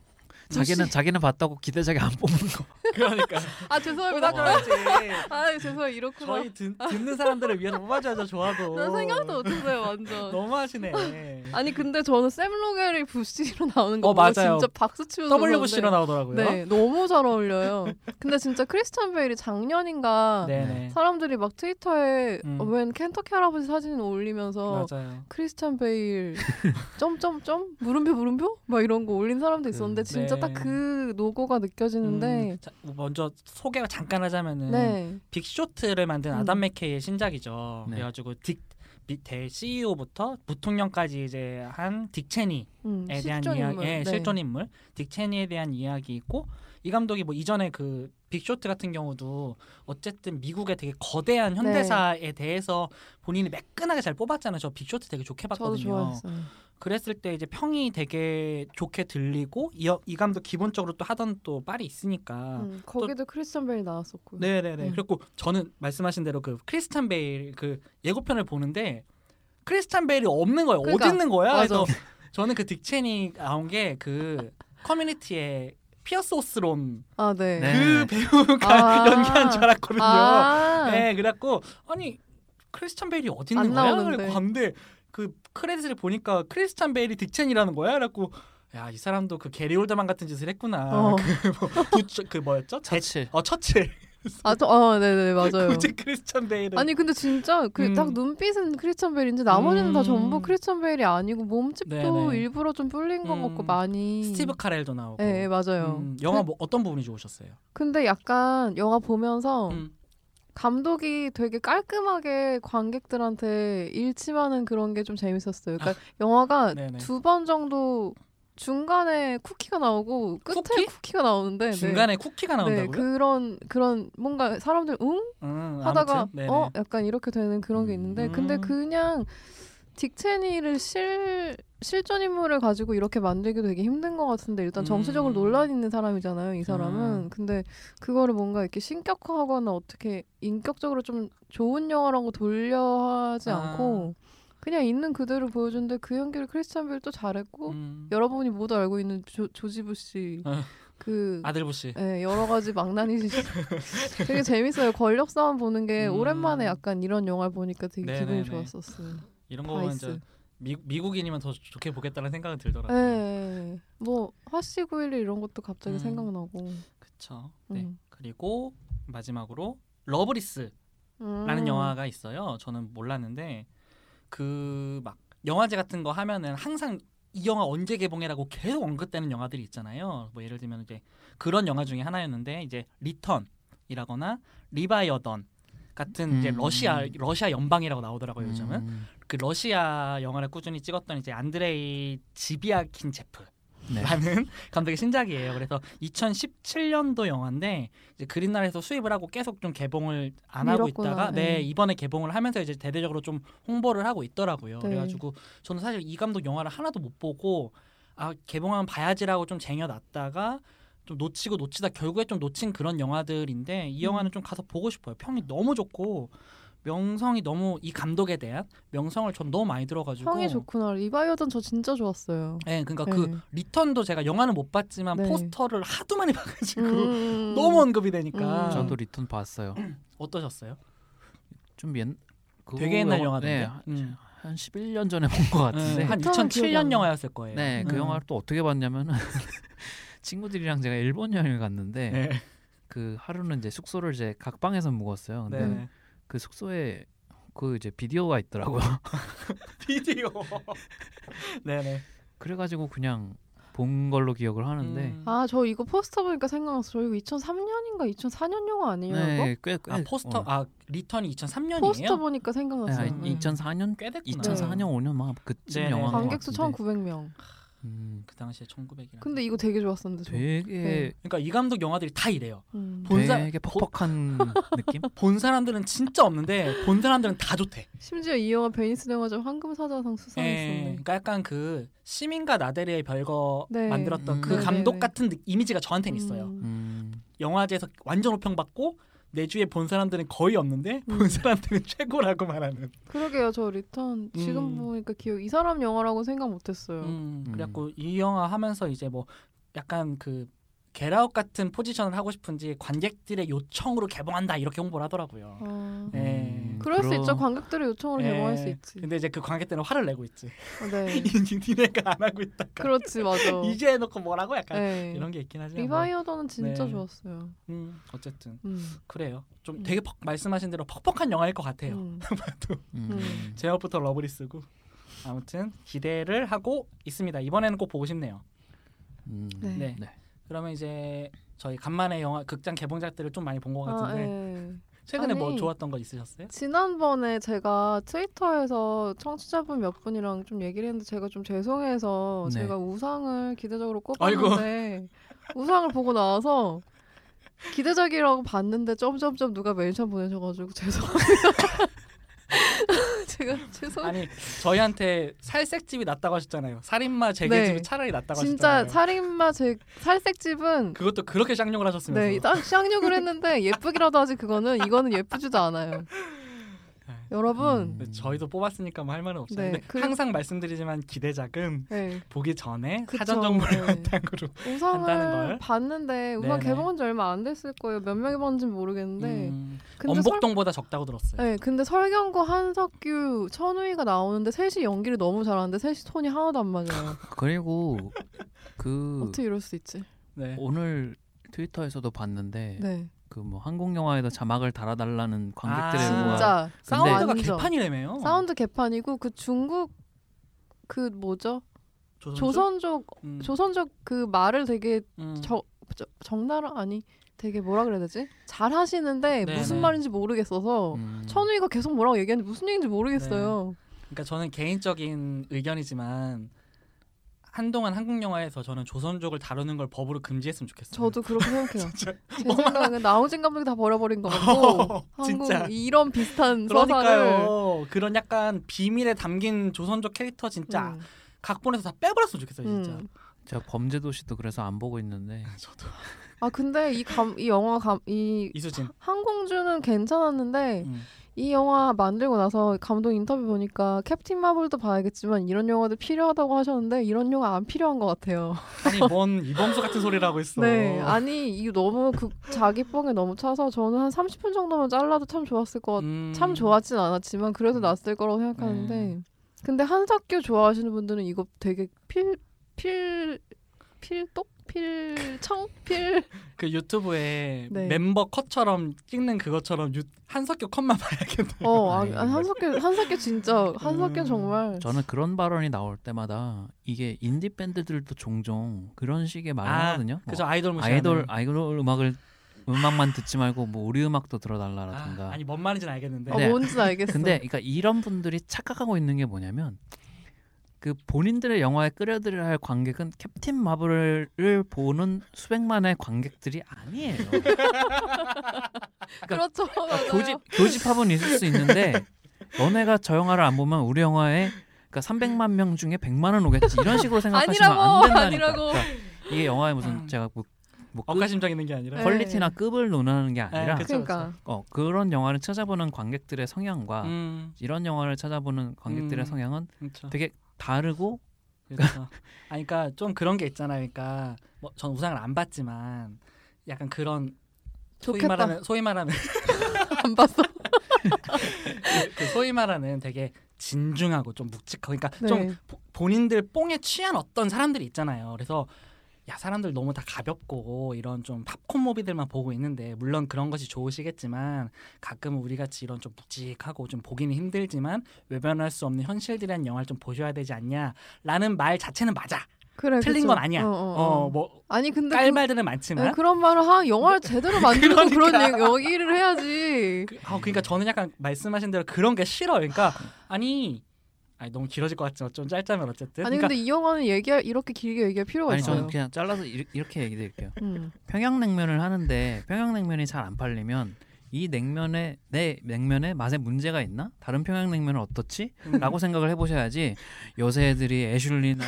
[SPEAKER 2] 자기는 자기는 봤다고 기대작이 안 뽑는 거.
[SPEAKER 1] 그러니까.
[SPEAKER 3] 아 죄송합니다.
[SPEAKER 1] 뽑아줘야지.
[SPEAKER 3] 아 죄송해요 이렇구나.
[SPEAKER 1] 저희 듣, 듣는 사람들을 위해서 뽑아줘야죠, 좋아도.
[SPEAKER 3] 난 생각도 못했어요 완전.
[SPEAKER 1] 너무 하시네.
[SPEAKER 3] 아니 근데 저는 샘 로겔이 부시로 나오는 거
[SPEAKER 1] 어,
[SPEAKER 3] 보고
[SPEAKER 1] 맞아요.
[SPEAKER 3] 진짜 박수 치고
[SPEAKER 1] WBC로 나오더라고요.
[SPEAKER 3] 음, 네 너무 잘 어울려요. 근데 진짜 크리스찬 베일이 작년인가
[SPEAKER 1] 네네.
[SPEAKER 3] 아, 사람들이 막 트위터에
[SPEAKER 1] 음.
[SPEAKER 3] 어, 웬 켄터키 할아버지 사진 올리면서
[SPEAKER 1] 맞아요.
[SPEAKER 3] 크리스찬 베일 점점점 물음표 물음표 막 이런 거 올린 사람도 있었는데
[SPEAKER 2] 음.
[SPEAKER 3] 진짜
[SPEAKER 1] 네.
[SPEAKER 3] 딱 그 노고가 느껴지는데
[SPEAKER 1] 음, 자, 먼저 소개가 잠깐 하자면은
[SPEAKER 3] 네.
[SPEAKER 1] 빅쇼트를 만든
[SPEAKER 3] 음.
[SPEAKER 1] 아담 맥케이의 신작이죠.
[SPEAKER 2] 네.
[SPEAKER 1] 그래가지고 딕대 E CEO부터 부통령까지 이제 한 딕체니에
[SPEAKER 3] 음,
[SPEAKER 1] 대한
[SPEAKER 3] 실존
[SPEAKER 1] 이야기,
[SPEAKER 3] 인물.
[SPEAKER 1] 예,
[SPEAKER 3] 네.
[SPEAKER 1] 실존 인물, 딕체니에 대한 이야기 있고 이 감독이 뭐 이전에 그 빅쇼트 같은 경우도 어쨌든 미국의 되게
[SPEAKER 3] 네.
[SPEAKER 1] 거대한 현대사에 대해서 본인이 매끈하게 잘 뽑았잖아요. 저 빅쇼트 되게 좋게
[SPEAKER 3] 저도
[SPEAKER 1] 봤거든요.
[SPEAKER 3] 좋아했어요.
[SPEAKER 1] 그랬을 때 이제 평이 되게 좋게 들리고 이, 이 감독 기본적으로 또 하던 또 빨이 있으니까
[SPEAKER 3] 음, 거기도 크리스찬 베일 나왔었고요.
[SPEAKER 1] 아, 네네네.
[SPEAKER 3] 음.
[SPEAKER 1] 그리고 저는 말씀하신 대로 그 크리스탄 베일 그 예고편을 보는데 크리스탄 베일이 없는 거예요.
[SPEAKER 3] 그러니까,
[SPEAKER 1] 어디 있는 거야?
[SPEAKER 3] 맞아.
[SPEAKER 1] 그래서 저는 그 딕첸이 나온 게 그 커뮤니티에 피어스 오스론
[SPEAKER 3] 아 네.
[SPEAKER 2] 네.
[SPEAKER 1] 그 배우가
[SPEAKER 3] 아.
[SPEAKER 1] 연기한 줄 알았거든요.
[SPEAKER 3] 아
[SPEAKER 1] 네, 그래갖고 아니 크리스탄 베일이 어디 있는
[SPEAKER 3] 안
[SPEAKER 1] 거야?
[SPEAKER 3] 나오는데.
[SPEAKER 1] 그래서 봤는데 그 크레딧을 보니까 크리스탄 베일이 딕첸이라는 거야. 그래갖고 야 이 사람도 그 게리 올드만 같은 짓을 했구나.
[SPEAKER 3] 어.
[SPEAKER 1] 부처 그 뭐였죠? 제-
[SPEAKER 2] 사실
[SPEAKER 1] 어 처칠.
[SPEAKER 3] 아, 또, 어, 네네, 맞아요.
[SPEAKER 1] 그 굳이 크리스찬 베일을
[SPEAKER 3] 아니, 근데 진짜, 그,
[SPEAKER 1] 음.
[SPEAKER 3] 딱 눈빛은 크리스찬 베일인데, 나머지는
[SPEAKER 1] 음.
[SPEAKER 3] 다 전부 크리스찬 베일이 아니고, 몸집도
[SPEAKER 1] 네네.
[SPEAKER 3] 일부러 좀 불린 것
[SPEAKER 1] 음.
[SPEAKER 3] 같고, 많이.
[SPEAKER 1] 스티브 카렐도 나오고
[SPEAKER 3] 네, 네, 맞아요.
[SPEAKER 1] 음, 영화 뭐 어떤 부분이 좋으셨어요?
[SPEAKER 3] 근데 약간, 영화 보면서,
[SPEAKER 1] 음.
[SPEAKER 3] 감독이 되게 깔끔하게 관객들한테 일침하는 그런 게 좀 재밌었어요. 그러니까, 영화가
[SPEAKER 1] 아, 네네.
[SPEAKER 3] 두 번 정도 중간에 쿠키가 나오고, 끝에
[SPEAKER 1] 쿠키?
[SPEAKER 3] 쿠키? 가 나오는데, 네.
[SPEAKER 1] 중간에 쿠키가
[SPEAKER 3] 네,
[SPEAKER 1] 나온다고요?
[SPEAKER 3] 그런, 그런, 뭔가 사람들, 응?
[SPEAKER 1] 음,
[SPEAKER 3] 하다가
[SPEAKER 1] 아무튼, 네네.
[SPEAKER 3] 어 약간 이렇게 되는 그런 게
[SPEAKER 2] 음.
[SPEAKER 3] 있는데 근데 그냥 딕체니를 실 실존 인물을 가지고 이렇게 만들기 도 되게 힘든 것 같은데 일단 정치적으로
[SPEAKER 1] 음.
[SPEAKER 3] 논란 이 있는 사람이잖아요 이 사람은
[SPEAKER 1] 음.
[SPEAKER 3] 근데 그거를 뭔가 이렇게 신격화하거나 어떻게 인격적으로 좀 좋은 영화라고 돌려하지
[SPEAKER 1] 아.
[SPEAKER 3] 않고 그냥 있는 그대로 보여준데 그 연기를 크리스찬 빌도 잘했고
[SPEAKER 1] 음.
[SPEAKER 3] 여러분이 모두 알고 있는 조, 조지부
[SPEAKER 1] 아.
[SPEAKER 3] 씨그
[SPEAKER 1] 아들 부씨
[SPEAKER 3] 네, 여러 가지 망나니 되게 재밌어요. 권력 싸움 보는 게
[SPEAKER 1] 음.
[SPEAKER 3] 오랜만에 약간 이런 영화 를 보니까 되게
[SPEAKER 1] 네네네.
[SPEAKER 3] 기분이 좋았었어요.
[SPEAKER 1] 이런 거 보면
[SPEAKER 3] 바이스.
[SPEAKER 1] 이제 미, 미국인이면 더 좋게 보겠다는 생각은 들더라고요.
[SPEAKER 3] 네, 뭐 화씨 911 이런 것도 갑자기
[SPEAKER 1] 음.
[SPEAKER 3] 생각나고.
[SPEAKER 1] 그렇죠. 네.
[SPEAKER 3] 음.
[SPEAKER 1] 그리고 마지막으로 러브리스라는
[SPEAKER 3] 음.
[SPEAKER 1] 영화가 있어요. 저는 몰랐는데 그 막 영화제 같은 거 하면은 항상 이 영화 언제 개봉해라고 계속 언급되는 영화들이 있잖아요. 뭐 예를 들면 이제 그런 영화 중에 하나였는데 이제 리턴이라거나 리바이어던 같은 이제
[SPEAKER 2] 음.
[SPEAKER 1] 러시아 러시아 연방이라고 나오더라고요 요즘은
[SPEAKER 2] 음,
[SPEAKER 1] 그 러시아 영화를 꾸준히 찍었던 이제 안드레이 지비아킨 제프
[SPEAKER 2] 네.
[SPEAKER 1] 라는 감독의 신작이에요. 그래서 2017년도 영화인데 이제 그린나라에서 수입을 하고 계속 좀 개봉을 안 하고
[SPEAKER 3] 미뤘구나.
[SPEAKER 1] 있다가 네
[SPEAKER 3] 네.
[SPEAKER 1] 이번에 개봉을 하면서 이제 대대적으로 좀 홍보를 하고 있더라고요.
[SPEAKER 3] 네.
[SPEAKER 1] 그래가지고 저는 사실 이 감독 영화를 하나도 못 보고 아 개봉하면 봐야지라고 좀 쟁여놨다가 좀 놓치고
[SPEAKER 3] 음.
[SPEAKER 1] 놓치다 결국에 좀 놓친 그런 영화들인데 이 영화는 좀 가서 보고 싶어요. 평이 너무 좋고 명성이 너무 이 감독에 대한 명성을 전 너무 많이 들어가지고
[SPEAKER 3] 평이 좋구나. 리바이어전 저 진짜 좋았어요.
[SPEAKER 1] 예, 그러니까
[SPEAKER 3] 네.
[SPEAKER 1] 그 리턴도 제가 영화는 못 봤지만
[SPEAKER 3] 네.
[SPEAKER 1] 포스터를 하도 많이 봐가지고
[SPEAKER 3] 음.
[SPEAKER 1] 그, 너무 언급이 되니까
[SPEAKER 3] 음.
[SPEAKER 2] 저도 리턴 봤어요.
[SPEAKER 1] 어떠셨어요?
[SPEAKER 2] 좀 옛, 그거
[SPEAKER 1] 되게 옛날
[SPEAKER 2] 영화-
[SPEAKER 1] 영화인데 음.
[SPEAKER 2] 네, 한 11년 전에 본 것 같은데.
[SPEAKER 1] 한
[SPEAKER 3] 리턴은
[SPEAKER 1] 2007년
[SPEAKER 3] 기억이 안
[SPEAKER 1] 영화였을 거예요.
[SPEAKER 2] 네, 그
[SPEAKER 1] 음.
[SPEAKER 2] 영화를 또 어떻게 봤냐면은 친구들이랑 제가 일본 여행을 갔는데
[SPEAKER 1] 네.
[SPEAKER 2] 그 하루는 이제 숙소를 이제 각 방에서 묵었어요. 근데
[SPEAKER 1] 네.
[SPEAKER 2] 그 숙소에 그 이제 비디오가 있더라고요.
[SPEAKER 1] 비디오. 네네.
[SPEAKER 2] 그래가지고 그냥 본 걸로 기억을 하는데
[SPEAKER 1] 음.
[SPEAKER 3] 아, 저 이거 포스터 보니까 생각났어. 저 이거 2003년인가 2004년 영화 아니에요?
[SPEAKER 2] 네, 꽤, 꽤
[SPEAKER 1] 아, 포스터
[SPEAKER 2] 어,
[SPEAKER 1] 아 리턴이
[SPEAKER 3] 이거?
[SPEAKER 1] 2003년이에요?
[SPEAKER 3] 포스터 뭐 보니까
[SPEAKER 2] 네,
[SPEAKER 3] 생각났어요.
[SPEAKER 2] 아니,
[SPEAKER 1] 음.
[SPEAKER 2] 2004년
[SPEAKER 1] 꽤 됐구나.
[SPEAKER 2] 2004년 5년 막 그쯤
[SPEAKER 1] 네네.
[SPEAKER 2] 영화
[SPEAKER 3] 관객수 1,900명.
[SPEAKER 2] 음,
[SPEAKER 1] 그 당시에 1900이라.
[SPEAKER 3] 근데 이거 되게 좋았었는데. 저.
[SPEAKER 2] 되게
[SPEAKER 1] 그러니까 이 감독 영화들이 다 이래요.
[SPEAKER 3] 음.
[SPEAKER 1] 본 사-
[SPEAKER 2] 되게 퍽퍽한 느낌?
[SPEAKER 1] 본 사람들은 진짜 없는데 본 사람들은 다 좋대.
[SPEAKER 3] 심지어 이 영화 베니스 영화제 황금사자상
[SPEAKER 1] 예,
[SPEAKER 3] 수상했었네.
[SPEAKER 1] 그러니까 약간 그 시민과 나데르의 별거
[SPEAKER 3] 네.
[SPEAKER 1] 만들었던
[SPEAKER 2] 음.
[SPEAKER 1] 그
[SPEAKER 2] 네네네.
[SPEAKER 1] 감독 같은 느- 이미지가 저한테는 있어요.
[SPEAKER 3] 음.
[SPEAKER 2] 음,
[SPEAKER 1] 영화제에서 완전 호평받고 내 주위에 본 사람들은 거의 없는데
[SPEAKER 3] 음.
[SPEAKER 1] 본 사람들은 최고라고 말하는.
[SPEAKER 3] 그러게요. 저 리턴 지금
[SPEAKER 1] 음.
[SPEAKER 3] 보니까 기억 이 사람 영화라고 생각 못 했어요.
[SPEAKER 1] 음,
[SPEAKER 2] 음.
[SPEAKER 1] 그래갖고 이 영화 하면서 이제 뭐 약간 그 게라웃 같은 포지션을 하고 싶은지 관객들의 요청으로 개봉한다 이렇게 홍보를 하더라고요.
[SPEAKER 3] 아.
[SPEAKER 1] 예.
[SPEAKER 3] 그럴 수
[SPEAKER 2] 음, 그러-
[SPEAKER 3] 있죠. 관객들의 요청으로
[SPEAKER 1] 예.
[SPEAKER 3] 개봉할 수 있지.
[SPEAKER 1] 근데 이제 그 관객들은 화를 내고 있지.
[SPEAKER 3] 아, 네.
[SPEAKER 1] 니네가 안 하고 있다가
[SPEAKER 3] 그렇지 맞아.
[SPEAKER 1] 이제 해놓고 뭐라고 약간
[SPEAKER 3] 네.
[SPEAKER 1] 이런 게 있긴 하지만 뭐,
[SPEAKER 3] 리바이어더는 진짜
[SPEAKER 1] 네.
[SPEAKER 3] 좋았어요.
[SPEAKER 1] 음, 어쨌든
[SPEAKER 3] 음.
[SPEAKER 1] 그래요. 좀
[SPEAKER 3] 음.
[SPEAKER 1] 되게 퍽- 말씀하신 대로 퍽퍽한 영화일 것 같아요.
[SPEAKER 3] 음.
[SPEAKER 2] 음.
[SPEAKER 3] 음.
[SPEAKER 1] 제어부터 러브리스고 아무튼 기대를 하고 있습니다. 이번에는 꼭 보고 싶네요.
[SPEAKER 2] 음.
[SPEAKER 3] 네.
[SPEAKER 1] 네.
[SPEAKER 2] 네.
[SPEAKER 1] 그러면 이제 저희 간만에 영화 극장 개봉작들을 좀 많이 본 것
[SPEAKER 3] 아,
[SPEAKER 1] 뭐 같은데
[SPEAKER 3] 예.
[SPEAKER 1] 최근에 뭐
[SPEAKER 3] 아니.
[SPEAKER 1] 좋았던 거 있으셨어요?
[SPEAKER 3] 지난번에 제가 트위터에서 청취자분 몇 분이랑 좀 얘기를 했는데 제가 좀 죄송해서
[SPEAKER 2] 네.
[SPEAKER 3] 제가 우상을 기대적으로
[SPEAKER 1] 아이고.
[SPEAKER 3] 꼽았는데 우상을 보고 나와서 기대적이라고 봤는데 점점점 누가 멘션 보내셔가지고 죄송합니다. 제가 죄송.
[SPEAKER 1] 아니 저희한테 살색집이 낫다고 하셨잖아요. 살인마 재계집이
[SPEAKER 3] 네.
[SPEAKER 1] 차라리 낫다고
[SPEAKER 3] 진짜
[SPEAKER 1] 하셨잖아요.
[SPEAKER 3] 살인마 제 살색집은
[SPEAKER 1] 그것도 그렇게 쌍욕을 하셨으면서
[SPEAKER 3] 네, 딱 쌍욕을 했는데 예쁘기라도 하지 그거는 이거는 예쁘지도 않아요.
[SPEAKER 1] 네.
[SPEAKER 3] 여러분,
[SPEAKER 1] 근데 저희도 뽑았으니까 뭐 할 말은 없어요.
[SPEAKER 3] 네,
[SPEAKER 1] 근데
[SPEAKER 3] 그리고-
[SPEAKER 1] 항상 말씀드리지만 기대작은
[SPEAKER 3] 네,
[SPEAKER 1] 보기 전에
[SPEAKER 3] 그쵸,
[SPEAKER 1] 사전 정보를
[SPEAKER 3] 네.
[SPEAKER 1] 바탕으로 간다는 걸.
[SPEAKER 3] 우상을 봤는데 우상
[SPEAKER 1] 네네.
[SPEAKER 3] 개봉한 지 얼마 안 됐을 거예요. 몇 명이 봤는지 는 모르겠는데.
[SPEAKER 1] 음,
[SPEAKER 3] 네. 근데
[SPEAKER 1] 엄복동보다 적다고 들었어요.
[SPEAKER 3] 설, 네, 근데 설경구, 한석규, 천우희가 나오는데 셋이 연기를 너무 잘하는데 셋이 톤이 하나도 안 맞아요.
[SPEAKER 2] 그리고 그
[SPEAKER 3] 어떻게 이럴 수 있지?
[SPEAKER 1] 네.
[SPEAKER 2] 오늘 트위터에서도 봤는데
[SPEAKER 3] 네.
[SPEAKER 2] 그 뭐 한국 영화에도 자막을 달아달라는 관객들의
[SPEAKER 1] 아,
[SPEAKER 2] 요구가
[SPEAKER 3] 진짜
[SPEAKER 1] 사운드가
[SPEAKER 3] 완전.
[SPEAKER 1] 개판이라며요.
[SPEAKER 3] 사운드 개판이고 그 중국 그 뭐죠?
[SPEAKER 1] 조선족?
[SPEAKER 3] 조선족
[SPEAKER 1] 음,
[SPEAKER 3] 조선족 그 말을 되게
[SPEAKER 1] 음.
[SPEAKER 3] 저, 저- 정나라 아니 되게 뭐라 그래야 되지? 잘 하시는데
[SPEAKER 1] 네네.
[SPEAKER 3] 무슨 말인지 모르겠어서
[SPEAKER 2] 음.
[SPEAKER 3] 천우이가 계속 뭐라고 얘기하는지 무슨 얘기인지 모르겠어요.
[SPEAKER 1] 그러니까 저는 개인적인 의견이지만 한동안 한국 영화에서 저는 조선족을 다루는 걸 법으로 금지했으면 좋겠어요.
[SPEAKER 3] 저도 그렇게 생각해요.
[SPEAKER 1] 진짜.
[SPEAKER 3] 제 생각은 나우진 감독이 다 버려버린 것 같고 한국
[SPEAKER 1] 진짜.
[SPEAKER 3] 이런 비슷한 서사를
[SPEAKER 1] 그러니까요. 그런 약간 비밀에 담긴 조선족 캐릭터 진짜
[SPEAKER 3] 음,
[SPEAKER 1] 각본에서 다 빼버렸으면 좋겠어요, 진짜.
[SPEAKER 3] 음.
[SPEAKER 2] 제가 범죄도시도 그래서 안 보고 있는데
[SPEAKER 1] 저도
[SPEAKER 3] 아 근데 이 감 이 영화 감 이
[SPEAKER 1] 이수진.
[SPEAKER 3] 항공주는 괜찮았는데
[SPEAKER 1] 음.
[SPEAKER 3] 이 영화 만들고 나서 감독 인터뷰 보니까 캡틴 마블도 봐야겠지만 이런 영화도 필요하다고 하셨는데 이런 영화 안 필요한 것 같아요.
[SPEAKER 1] 아니 뭔 이범수 같은 소리를 하고 있어.
[SPEAKER 3] 네, 아니 이거 너무 그 자기 뽕에 너무 차서 저는 한 30분 정도만 잘라도 참 좋았을 것 같.
[SPEAKER 1] 음.
[SPEAKER 3] 뭐
[SPEAKER 1] 네.
[SPEAKER 3] 참 좋았진 않았지만 그래도 났을 거라고 생각하는데. 근데 한석규 좋아하시는 분들은 이거 되게 필 필 필독 필청 필.
[SPEAKER 1] 그 유튜브에
[SPEAKER 3] 네.
[SPEAKER 1] 멤버 컷처럼 찍는 그것처럼 유, 한석규 컷만 봐야겠다.
[SPEAKER 3] 어, 아, 아니, 한석규 한석규 진짜 한석규
[SPEAKER 1] 음.
[SPEAKER 3] 는 정말.
[SPEAKER 2] 저는 그런 발언이 나올 때마다 이게 인디 밴드들도 종종 그런 식의 말을
[SPEAKER 1] 아,
[SPEAKER 2] 하거든요. 뭐
[SPEAKER 1] 그죠 아이돌 무시.
[SPEAKER 2] 아이돌 아이돌 음악을 음악만 듣지 말고 뭐 우리 음악도 들어달라라든가.
[SPEAKER 1] 아, 아니 뭔 말인지는 알겠는데.
[SPEAKER 3] 어,
[SPEAKER 2] 네.
[SPEAKER 3] 뭔지 알겠어.
[SPEAKER 2] 근데 그러니까 이런 분들이 착각하고 있는 게 뭐냐면 그 본인들의 영화에 끌어들여야 할 관객은 캡틴 마블을 보는 수백만의 관객들이 아니에요.
[SPEAKER 1] 그러니까
[SPEAKER 3] 그렇죠. 맞아요.
[SPEAKER 2] 교집 교집합은 있을 수 있는데 너네가 저 영화를 안 보면 우리 영화에 그러니까 300만 명 중에 100만은 오겠지 이런 식으로 생각하시면
[SPEAKER 3] 아니라고,
[SPEAKER 2] 안 된다니까.
[SPEAKER 3] 아니라고.
[SPEAKER 2] 그러니까 이게 영화에 무슨 제가 뭐 뭐 급-
[SPEAKER 1] 억가심장 있는 게 아니라
[SPEAKER 3] 네.
[SPEAKER 2] 퀄리티나 급을 논하는 게 아니라
[SPEAKER 1] 네, 그쵸.
[SPEAKER 3] 그러니까
[SPEAKER 2] 어, 그런 영화를 찾아보는 관객들의 성향과
[SPEAKER 1] 음,
[SPEAKER 2] 이런 영화를 찾아보는 관객들의
[SPEAKER 1] 음.
[SPEAKER 2] 성향은
[SPEAKER 1] 그렇죠.
[SPEAKER 2] 되게 다르고
[SPEAKER 1] 그렇죠. 아니 그러니까 좀 그런 게 있잖아요. 그러니까 뭐 전 우상을 안 봤지만 약간 그런 소위
[SPEAKER 3] 좋겠다.
[SPEAKER 1] 말하는 소위 말하는 그렇죠,
[SPEAKER 3] 안 봤어.
[SPEAKER 1] 그 소위 말하는 되게 진중하고 좀 묵직하고 그러니까
[SPEAKER 3] 네.
[SPEAKER 1] 좀 보- 본인들 뽕에 취한 어떤 사람들이 있잖아요. 그래서 야 사람들 너무 다 가볍고 이런 좀 팝콘 모비들만 보고 있는데 물론 그런 것이 좋으시겠지만 가끔은 우리 같이 이런 좀 묵직하고 좀 보기는 힘들지만 외면할 수 없는 현실들이란 영화를 좀 보셔야 되지 않냐라는 말 자체는 맞아.
[SPEAKER 3] 그래,
[SPEAKER 1] 틀린
[SPEAKER 3] 그쵸.
[SPEAKER 1] 건 아니야.
[SPEAKER 3] 어, 어, 어.
[SPEAKER 1] 어뭐
[SPEAKER 3] 아니 근데
[SPEAKER 1] 깔말들은
[SPEAKER 3] 그,
[SPEAKER 1] 많지만
[SPEAKER 3] 네, 그런 말을 하 영화를 제대로 만들고 그런
[SPEAKER 1] 그러니까.
[SPEAKER 3] 얘기, 여기를 해야지.
[SPEAKER 1] 그, 아, 그러니까 저는 약간 말씀하신 대로 그런 게 싫어요. 그러니까 아니, 아니 너무 길어질 것 같지만 좀 짧다면 어쨌든.
[SPEAKER 3] 아니
[SPEAKER 1] 그러니까
[SPEAKER 3] 근데 이 영화는 얘기할 이렇게 길게 얘기할 필요가
[SPEAKER 2] 아니
[SPEAKER 3] 있어요.
[SPEAKER 2] 저는 그냥 잘라서 이렇- 이렇게 얘기드릴게요.
[SPEAKER 3] 음.
[SPEAKER 2] 평양냉면을 하는데 평양냉면이 잘 안 팔리면 이 냉면에 내 냉면에 맛에 문제가 있나? 다른 평양냉면은 어떻지?
[SPEAKER 1] 음.
[SPEAKER 2] 라고 생각을 해보셔야지 요새 애들이 애슐리나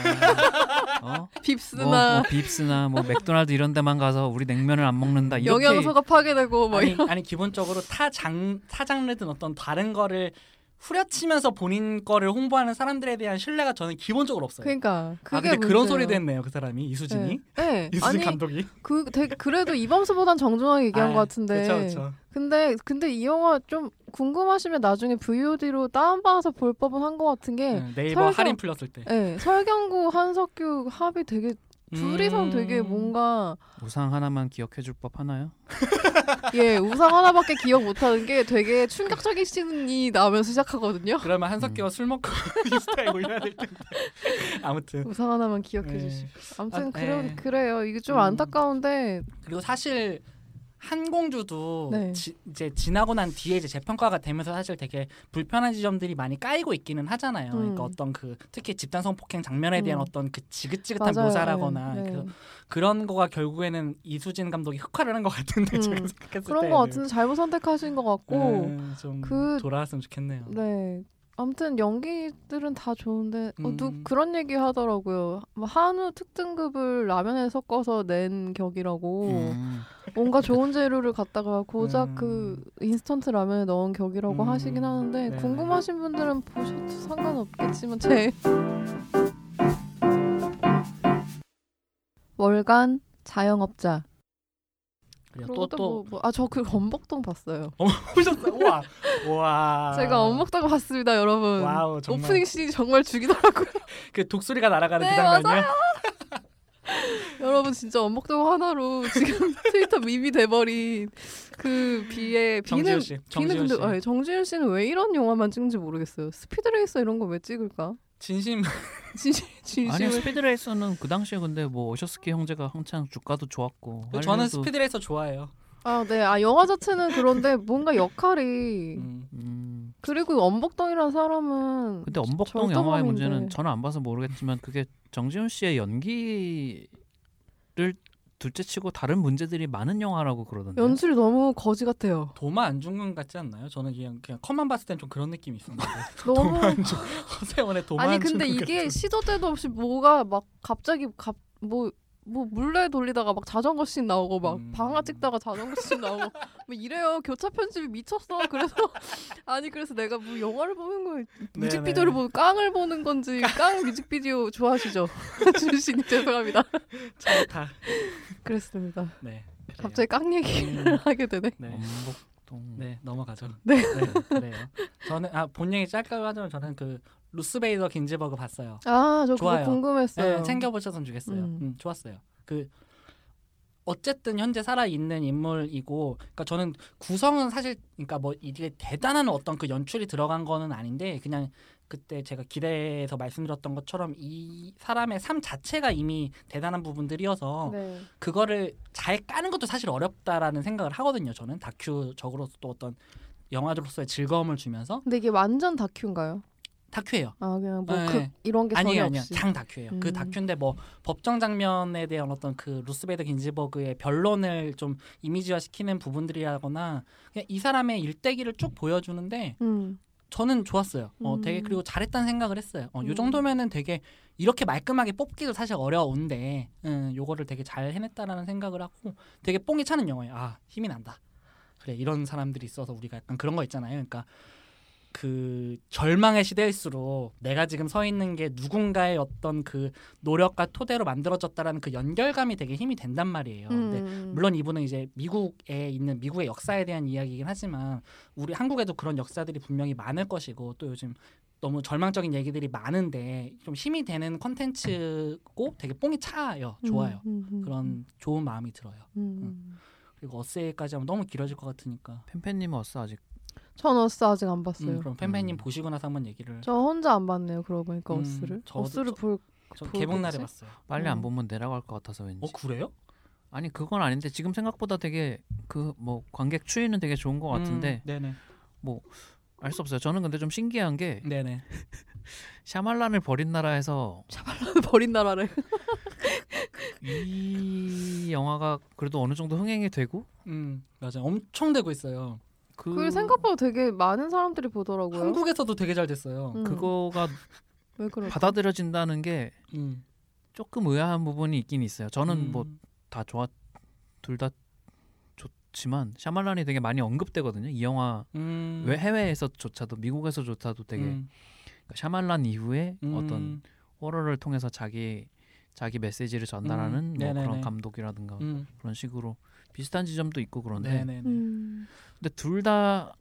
[SPEAKER 2] 어? 뭐,
[SPEAKER 3] 빕스나
[SPEAKER 2] 뭐 빕스나 뭐 맥도날드 이런 데만 가서 우리 냉면을 안 먹는다 이렇게
[SPEAKER 3] 영양소가 파괴되고 뭐
[SPEAKER 1] 아니, 아니 기본적으로 타장 타장르든 어떤 다른 거를 후려치면서 본인 거를 홍보하는 사람들에 대한 신뢰가 저는 기본적으로 없어요.
[SPEAKER 3] 그러니까 그게
[SPEAKER 1] 아 근데 그런
[SPEAKER 3] 문제예요.
[SPEAKER 1] 소리도 했네요 그 사람이 이수진이
[SPEAKER 3] 네. 네.
[SPEAKER 1] 이수진
[SPEAKER 3] 아니
[SPEAKER 1] 감독이
[SPEAKER 3] 그 되게 그래도 이범수보단 정중하게 얘기한 것 같은데.
[SPEAKER 1] 그렇죠 그렇죠
[SPEAKER 3] 근데 근데 이 영화 좀 궁금하시면 나중에 VOD로 다운받아서 볼 법은 한 것 같은 게.
[SPEAKER 1] 음, 네이버
[SPEAKER 3] 설정-
[SPEAKER 1] 할인 풀렸을 때
[SPEAKER 3] 네, 설경구 한석규 합이 되게 네, 둘이서
[SPEAKER 1] 음.
[SPEAKER 3] 되게 뭔가
[SPEAKER 2] 우상 하나만 기억해줄 법 하나요?
[SPEAKER 3] 예 우상 하나밖에 기억 못하는 게 되게 충격적인 씬이 나오면서 시작하거든요.
[SPEAKER 1] 그러면 한석규와 술 먹고 인스타에 올려야 될 텐데 아무튼
[SPEAKER 3] 우상 하나만 기억해
[SPEAKER 1] 예.
[SPEAKER 3] 주시. 아무튼
[SPEAKER 1] 아,
[SPEAKER 3] 그래
[SPEAKER 1] 네.
[SPEAKER 3] 그래요. 이게 좀
[SPEAKER 1] 음.
[SPEAKER 3] 안타까운데
[SPEAKER 1] 그리고 사실 한공주도
[SPEAKER 3] 네.
[SPEAKER 1] 지, 이제 지나고 난 뒤에 이제 재평가가 되면서 사실 되게 불편한 지점들이 많이 까이고 있기는 하잖아요.
[SPEAKER 3] 음.
[SPEAKER 1] 그러니까 어떤 그 특히 집단 성폭행 장면에 대한
[SPEAKER 3] 음.
[SPEAKER 1] 어떤 그 지긋지긋한
[SPEAKER 3] 맞아요.
[SPEAKER 1] 묘사라거나
[SPEAKER 3] 네, 네.
[SPEAKER 1] 그래서 그런 거가 결국에는 이수진 감독이 흑화를 한 것 같은데
[SPEAKER 3] 음.
[SPEAKER 1] 제가 생각했을
[SPEAKER 3] 그런
[SPEAKER 1] 때는.
[SPEAKER 3] 거 같은데 잘못 선택하신 것 같고
[SPEAKER 1] 음, 좀
[SPEAKER 3] 그-
[SPEAKER 1] 돌아왔으면 좋겠네요.
[SPEAKER 3] 네. 아무튼 연기들은 다 좋은데 어, 누
[SPEAKER 1] 음.
[SPEAKER 3] 그런 얘기 하더라고요. 뭐 한우 특등급을 라면에 섞어서 낸 격이라고
[SPEAKER 2] 음.
[SPEAKER 3] 뭔가 좋은 재료를 갖다가 고작
[SPEAKER 1] 음.
[SPEAKER 3] 그 인스턴트 라면에 넣은 격이라고
[SPEAKER 1] 음.
[SPEAKER 3] 하시긴 하는데
[SPEAKER 1] 네.
[SPEAKER 3] 궁금하신 분들은 보셔도 상관없겠지만 제 월간 자영업자
[SPEAKER 1] 그리고
[SPEAKER 3] 그리고
[SPEAKER 1] 또또
[SPEAKER 3] 또뭐아저 그 건복동 봤어요.
[SPEAKER 1] 보셨어요? 우와 우와
[SPEAKER 3] 제가 엄목다고 봤습니다, 여러분.
[SPEAKER 1] 아. 와우 정말
[SPEAKER 3] 오프닝 씬이 정말 죽이더라고요.
[SPEAKER 1] 그 독수리가 날아가는 그
[SPEAKER 3] 네,
[SPEAKER 1] 장면이요.
[SPEAKER 3] 여러분 진짜 엄목다고 하나로 지금 트위터 밈이 돼버린 그 비의
[SPEAKER 1] 정지효
[SPEAKER 3] 비는
[SPEAKER 1] 씨,
[SPEAKER 3] 비는
[SPEAKER 1] 정지효 씨.
[SPEAKER 3] 근데 아니, 정지윤 씨는 왜 이런 영화만 찍는지 모르겠어요. 스피드레이서 이런 거 왜 찍을까?
[SPEAKER 1] 진심
[SPEAKER 3] 진심
[SPEAKER 2] 아니
[SPEAKER 3] 진심을
[SPEAKER 2] 스피드레이서는 그 당시에 근데 뭐 오셔스키 형제가 한창 주가도 좋았고
[SPEAKER 1] 저는
[SPEAKER 2] 할리우드-
[SPEAKER 1] 스피드레이서 좋아해요.
[SPEAKER 3] 아네아 영화 자체는 그런데 뭔가 역할이
[SPEAKER 1] 음.
[SPEAKER 2] 음,
[SPEAKER 3] 그리고 엄복동이라는 사람은
[SPEAKER 2] 근데 엄복동
[SPEAKER 3] 절도범인데.
[SPEAKER 2] 영화의 문제는 저는 안 봐서 모르겠지만 그게 정지훈 씨의 연기를 둘째치고 다른 문제들이 많은 영화라고 그러던데. 요
[SPEAKER 3] 연출이 너무 거지 같아요.
[SPEAKER 1] 도마 안중근 같지 않나요? 저는 그냥 그냥 컷만 봤을 땐 좀 그런 느낌이 있었는데
[SPEAKER 3] 너무
[SPEAKER 1] 도만주 허세원의 도마
[SPEAKER 3] 아니 근데
[SPEAKER 1] 안중근
[SPEAKER 3] 이게
[SPEAKER 1] 같은.
[SPEAKER 3] 시도 때도 없이 뭐가 막 갑자기 갑 뭐 뭐 물레 돌리다가 막 자전거 씬 나오고 막
[SPEAKER 1] 음.
[SPEAKER 3] 방아 찍다가 자전거 씬 나오고 뭐 이래요 교차 편집이 미쳤어 그래서 아니 그래서 내가 뭐 영화를 보는 거
[SPEAKER 1] 네,
[SPEAKER 3] 뮤직비디오를 보는 깡을 보는 건지 깡 뮤직비디오 좋아하시죠 준신이 죄송합니다
[SPEAKER 1] 차타
[SPEAKER 3] 그랬습니다
[SPEAKER 1] 네 그래요.
[SPEAKER 3] 갑자기 깡 얘기를
[SPEAKER 1] 음,
[SPEAKER 3] 하게 되네
[SPEAKER 1] 네.
[SPEAKER 2] 엄복동.
[SPEAKER 1] 네 넘어가죠.
[SPEAKER 3] 네.
[SPEAKER 1] 그래요. 저는 아본 얘기 짧게 하자면 저는 그 루스베이더 긴즈버그 봤어요.
[SPEAKER 3] 아 저 그거
[SPEAKER 1] 좋아요.
[SPEAKER 3] 궁금했어요
[SPEAKER 1] 네, 챙겨보셨으면 좋겠어요.
[SPEAKER 3] 음.
[SPEAKER 1] 음. 좋았어요. 그 어쨌든 현재 살아 있는 인물이고, 그러니까 저는 구성은 사실, 그러니까 뭐 이게 대단한 어떤 그 연출이 들어간 거는 아닌데 그냥 그때 제가 기대해서 말씀드렸던 것처럼 이 사람의 삶 자체가 이미 대단한 부분들이어서
[SPEAKER 3] 네.
[SPEAKER 1] 그거를 잘 까는 것도 사실 어렵다라는 생각을 하거든요. 저는 다큐적으로서 또 어떤 영화로서의 즐거움을 주면서
[SPEAKER 3] 근데 이게 완전 다큐인가요
[SPEAKER 1] 다큐예요.
[SPEAKER 3] 아 그냥 뭐
[SPEAKER 1] 네.
[SPEAKER 3] 극 이런 게 전혀
[SPEAKER 1] 아니에요, 아니에요.
[SPEAKER 3] 없이
[SPEAKER 1] 장 다큐예요. 그
[SPEAKER 3] 음.
[SPEAKER 1] 다큐인데 뭐 법정 장면에 대한 어떤 그 루스베이더 긴즈버그의 변론을 좀 이미지화 시키는 부분들이라거나 그냥 이 사람의 일대기를 쭉 보여주는데
[SPEAKER 3] 음.
[SPEAKER 1] 저는 좋았어요. 어,
[SPEAKER 3] 음.
[SPEAKER 1] 되게 그리고 잘했다는 생각을 했어요. 어, 요
[SPEAKER 3] 음.
[SPEAKER 1] 정도면은 되게 이렇게 말끔하게 뽑기도 사실 어려운데 음, 요거를 되게 잘 해냈다라는 생각을 하고 되게 뽕이 차는 영화예요. 아 힘이 난다. 그래 이런 사람들이 있어서 우리가 약간 그런 거 있잖아요. 그러니까 그 절망의 시대일수록 내가 지금 서 있는 게 누군가의 어떤 그 노력과 토대로 만들어졌다라는 그 연결감이 되게 힘이 된단 말이에요.
[SPEAKER 3] 음.
[SPEAKER 1] 근데 물론 이분은 이제 미국에 있는 미국의 역사에 대한 이야기이긴 하지만 우리 한국에도 그런 역사들이 분명히 많을 것이고 또 요즘 너무 절망적인 얘기들이 많은데 좀 힘이 되는 컨텐츠고 되게 뽕이 차요
[SPEAKER 3] 음.
[SPEAKER 1] 좋아요 그런 좋은 마음이 들어요 그리고 어세이까지 하면 너무 길어질 것 같으니까
[SPEAKER 2] 팬팬님 왔어 아직
[SPEAKER 3] 전 어스 아직 안 봤어요.
[SPEAKER 1] 음, 그럼 팬팬님
[SPEAKER 2] 음.
[SPEAKER 1] 보시고 나서 한번 얘기를
[SPEAKER 3] 저 혼자 안 봤네요. 그러고 보니까
[SPEAKER 1] 음,
[SPEAKER 3] 어스를
[SPEAKER 1] 저도-
[SPEAKER 3] 어스를
[SPEAKER 1] 저-
[SPEAKER 3] 볼
[SPEAKER 1] 저
[SPEAKER 3] 보고
[SPEAKER 1] 개봉 날에
[SPEAKER 3] 있어요?
[SPEAKER 1] 봤어요
[SPEAKER 2] 빨리 안
[SPEAKER 3] 음.
[SPEAKER 2] 보면 내려갈 것 같아서 왠지.
[SPEAKER 1] 어 그래요
[SPEAKER 2] 아니 그건 아닌데 지금 생각보다 되게 그 뭐 관객 추이는 되게 좋은 것 같은데
[SPEAKER 1] 음, 네네
[SPEAKER 3] 음.
[SPEAKER 2] 알 수 없어요. 저는 근데 좀 신기한 게
[SPEAKER 1] 네네
[SPEAKER 2] 샤말란을 버린 나라에서
[SPEAKER 3] 버린 나라를
[SPEAKER 1] 음.
[SPEAKER 2] 이 영화가 그래도 어느 정도 흥행이 되고
[SPEAKER 1] 음 맞아 요 엄청 되고 있어요
[SPEAKER 2] 그
[SPEAKER 3] 그 생각보다 되게 많은 사람들이 보더라고요.
[SPEAKER 1] 한국에서도 되게 잘 됐어요
[SPEAKER 3] 음,
[SPEAKER 2] 그거가
[SPEAKER 3] 왜 그래?
[SPEAKER 2] 받아들여진다는 게
[SPEAKER 1] 음.
[SPEAKER 2] 조금 의아한 부분이 있긴 있어요. 저는
[SPEAKER 1] 음.
[SPEAKER 2] 뭐 다 좋아 둘 다 좋지만 샤말란이 되게 많이 언급되거든요. 이 영화
[SPEAKER 1] 음.
[SPEAKER 2] 왜 해외에서조차도 미국에서조차도 되게
[SPEAKER 1] 음.
[SPEAKER 2] 그러니까 샤말란 이후에
[SPEAKER 1] 음.
[SPEAKER 2] 어떤 호러를 통해서 자기 자기 메시지를 전달하는
[SPEAKER 1] 음.
[SPEAKER 2] 뭐 그런
[SPEAKER 1] 네네네.
[SPEAKER 2] 감독이라든가
[SPEAKER 1] 음.
[SPEAKER 2] 그런 식으로 비슷한 지점도 있고 그런데
[SPEAKER 1] 네네네.
[SPEAKER 3] 음.
[SPEAKER 2] 근데 둘 다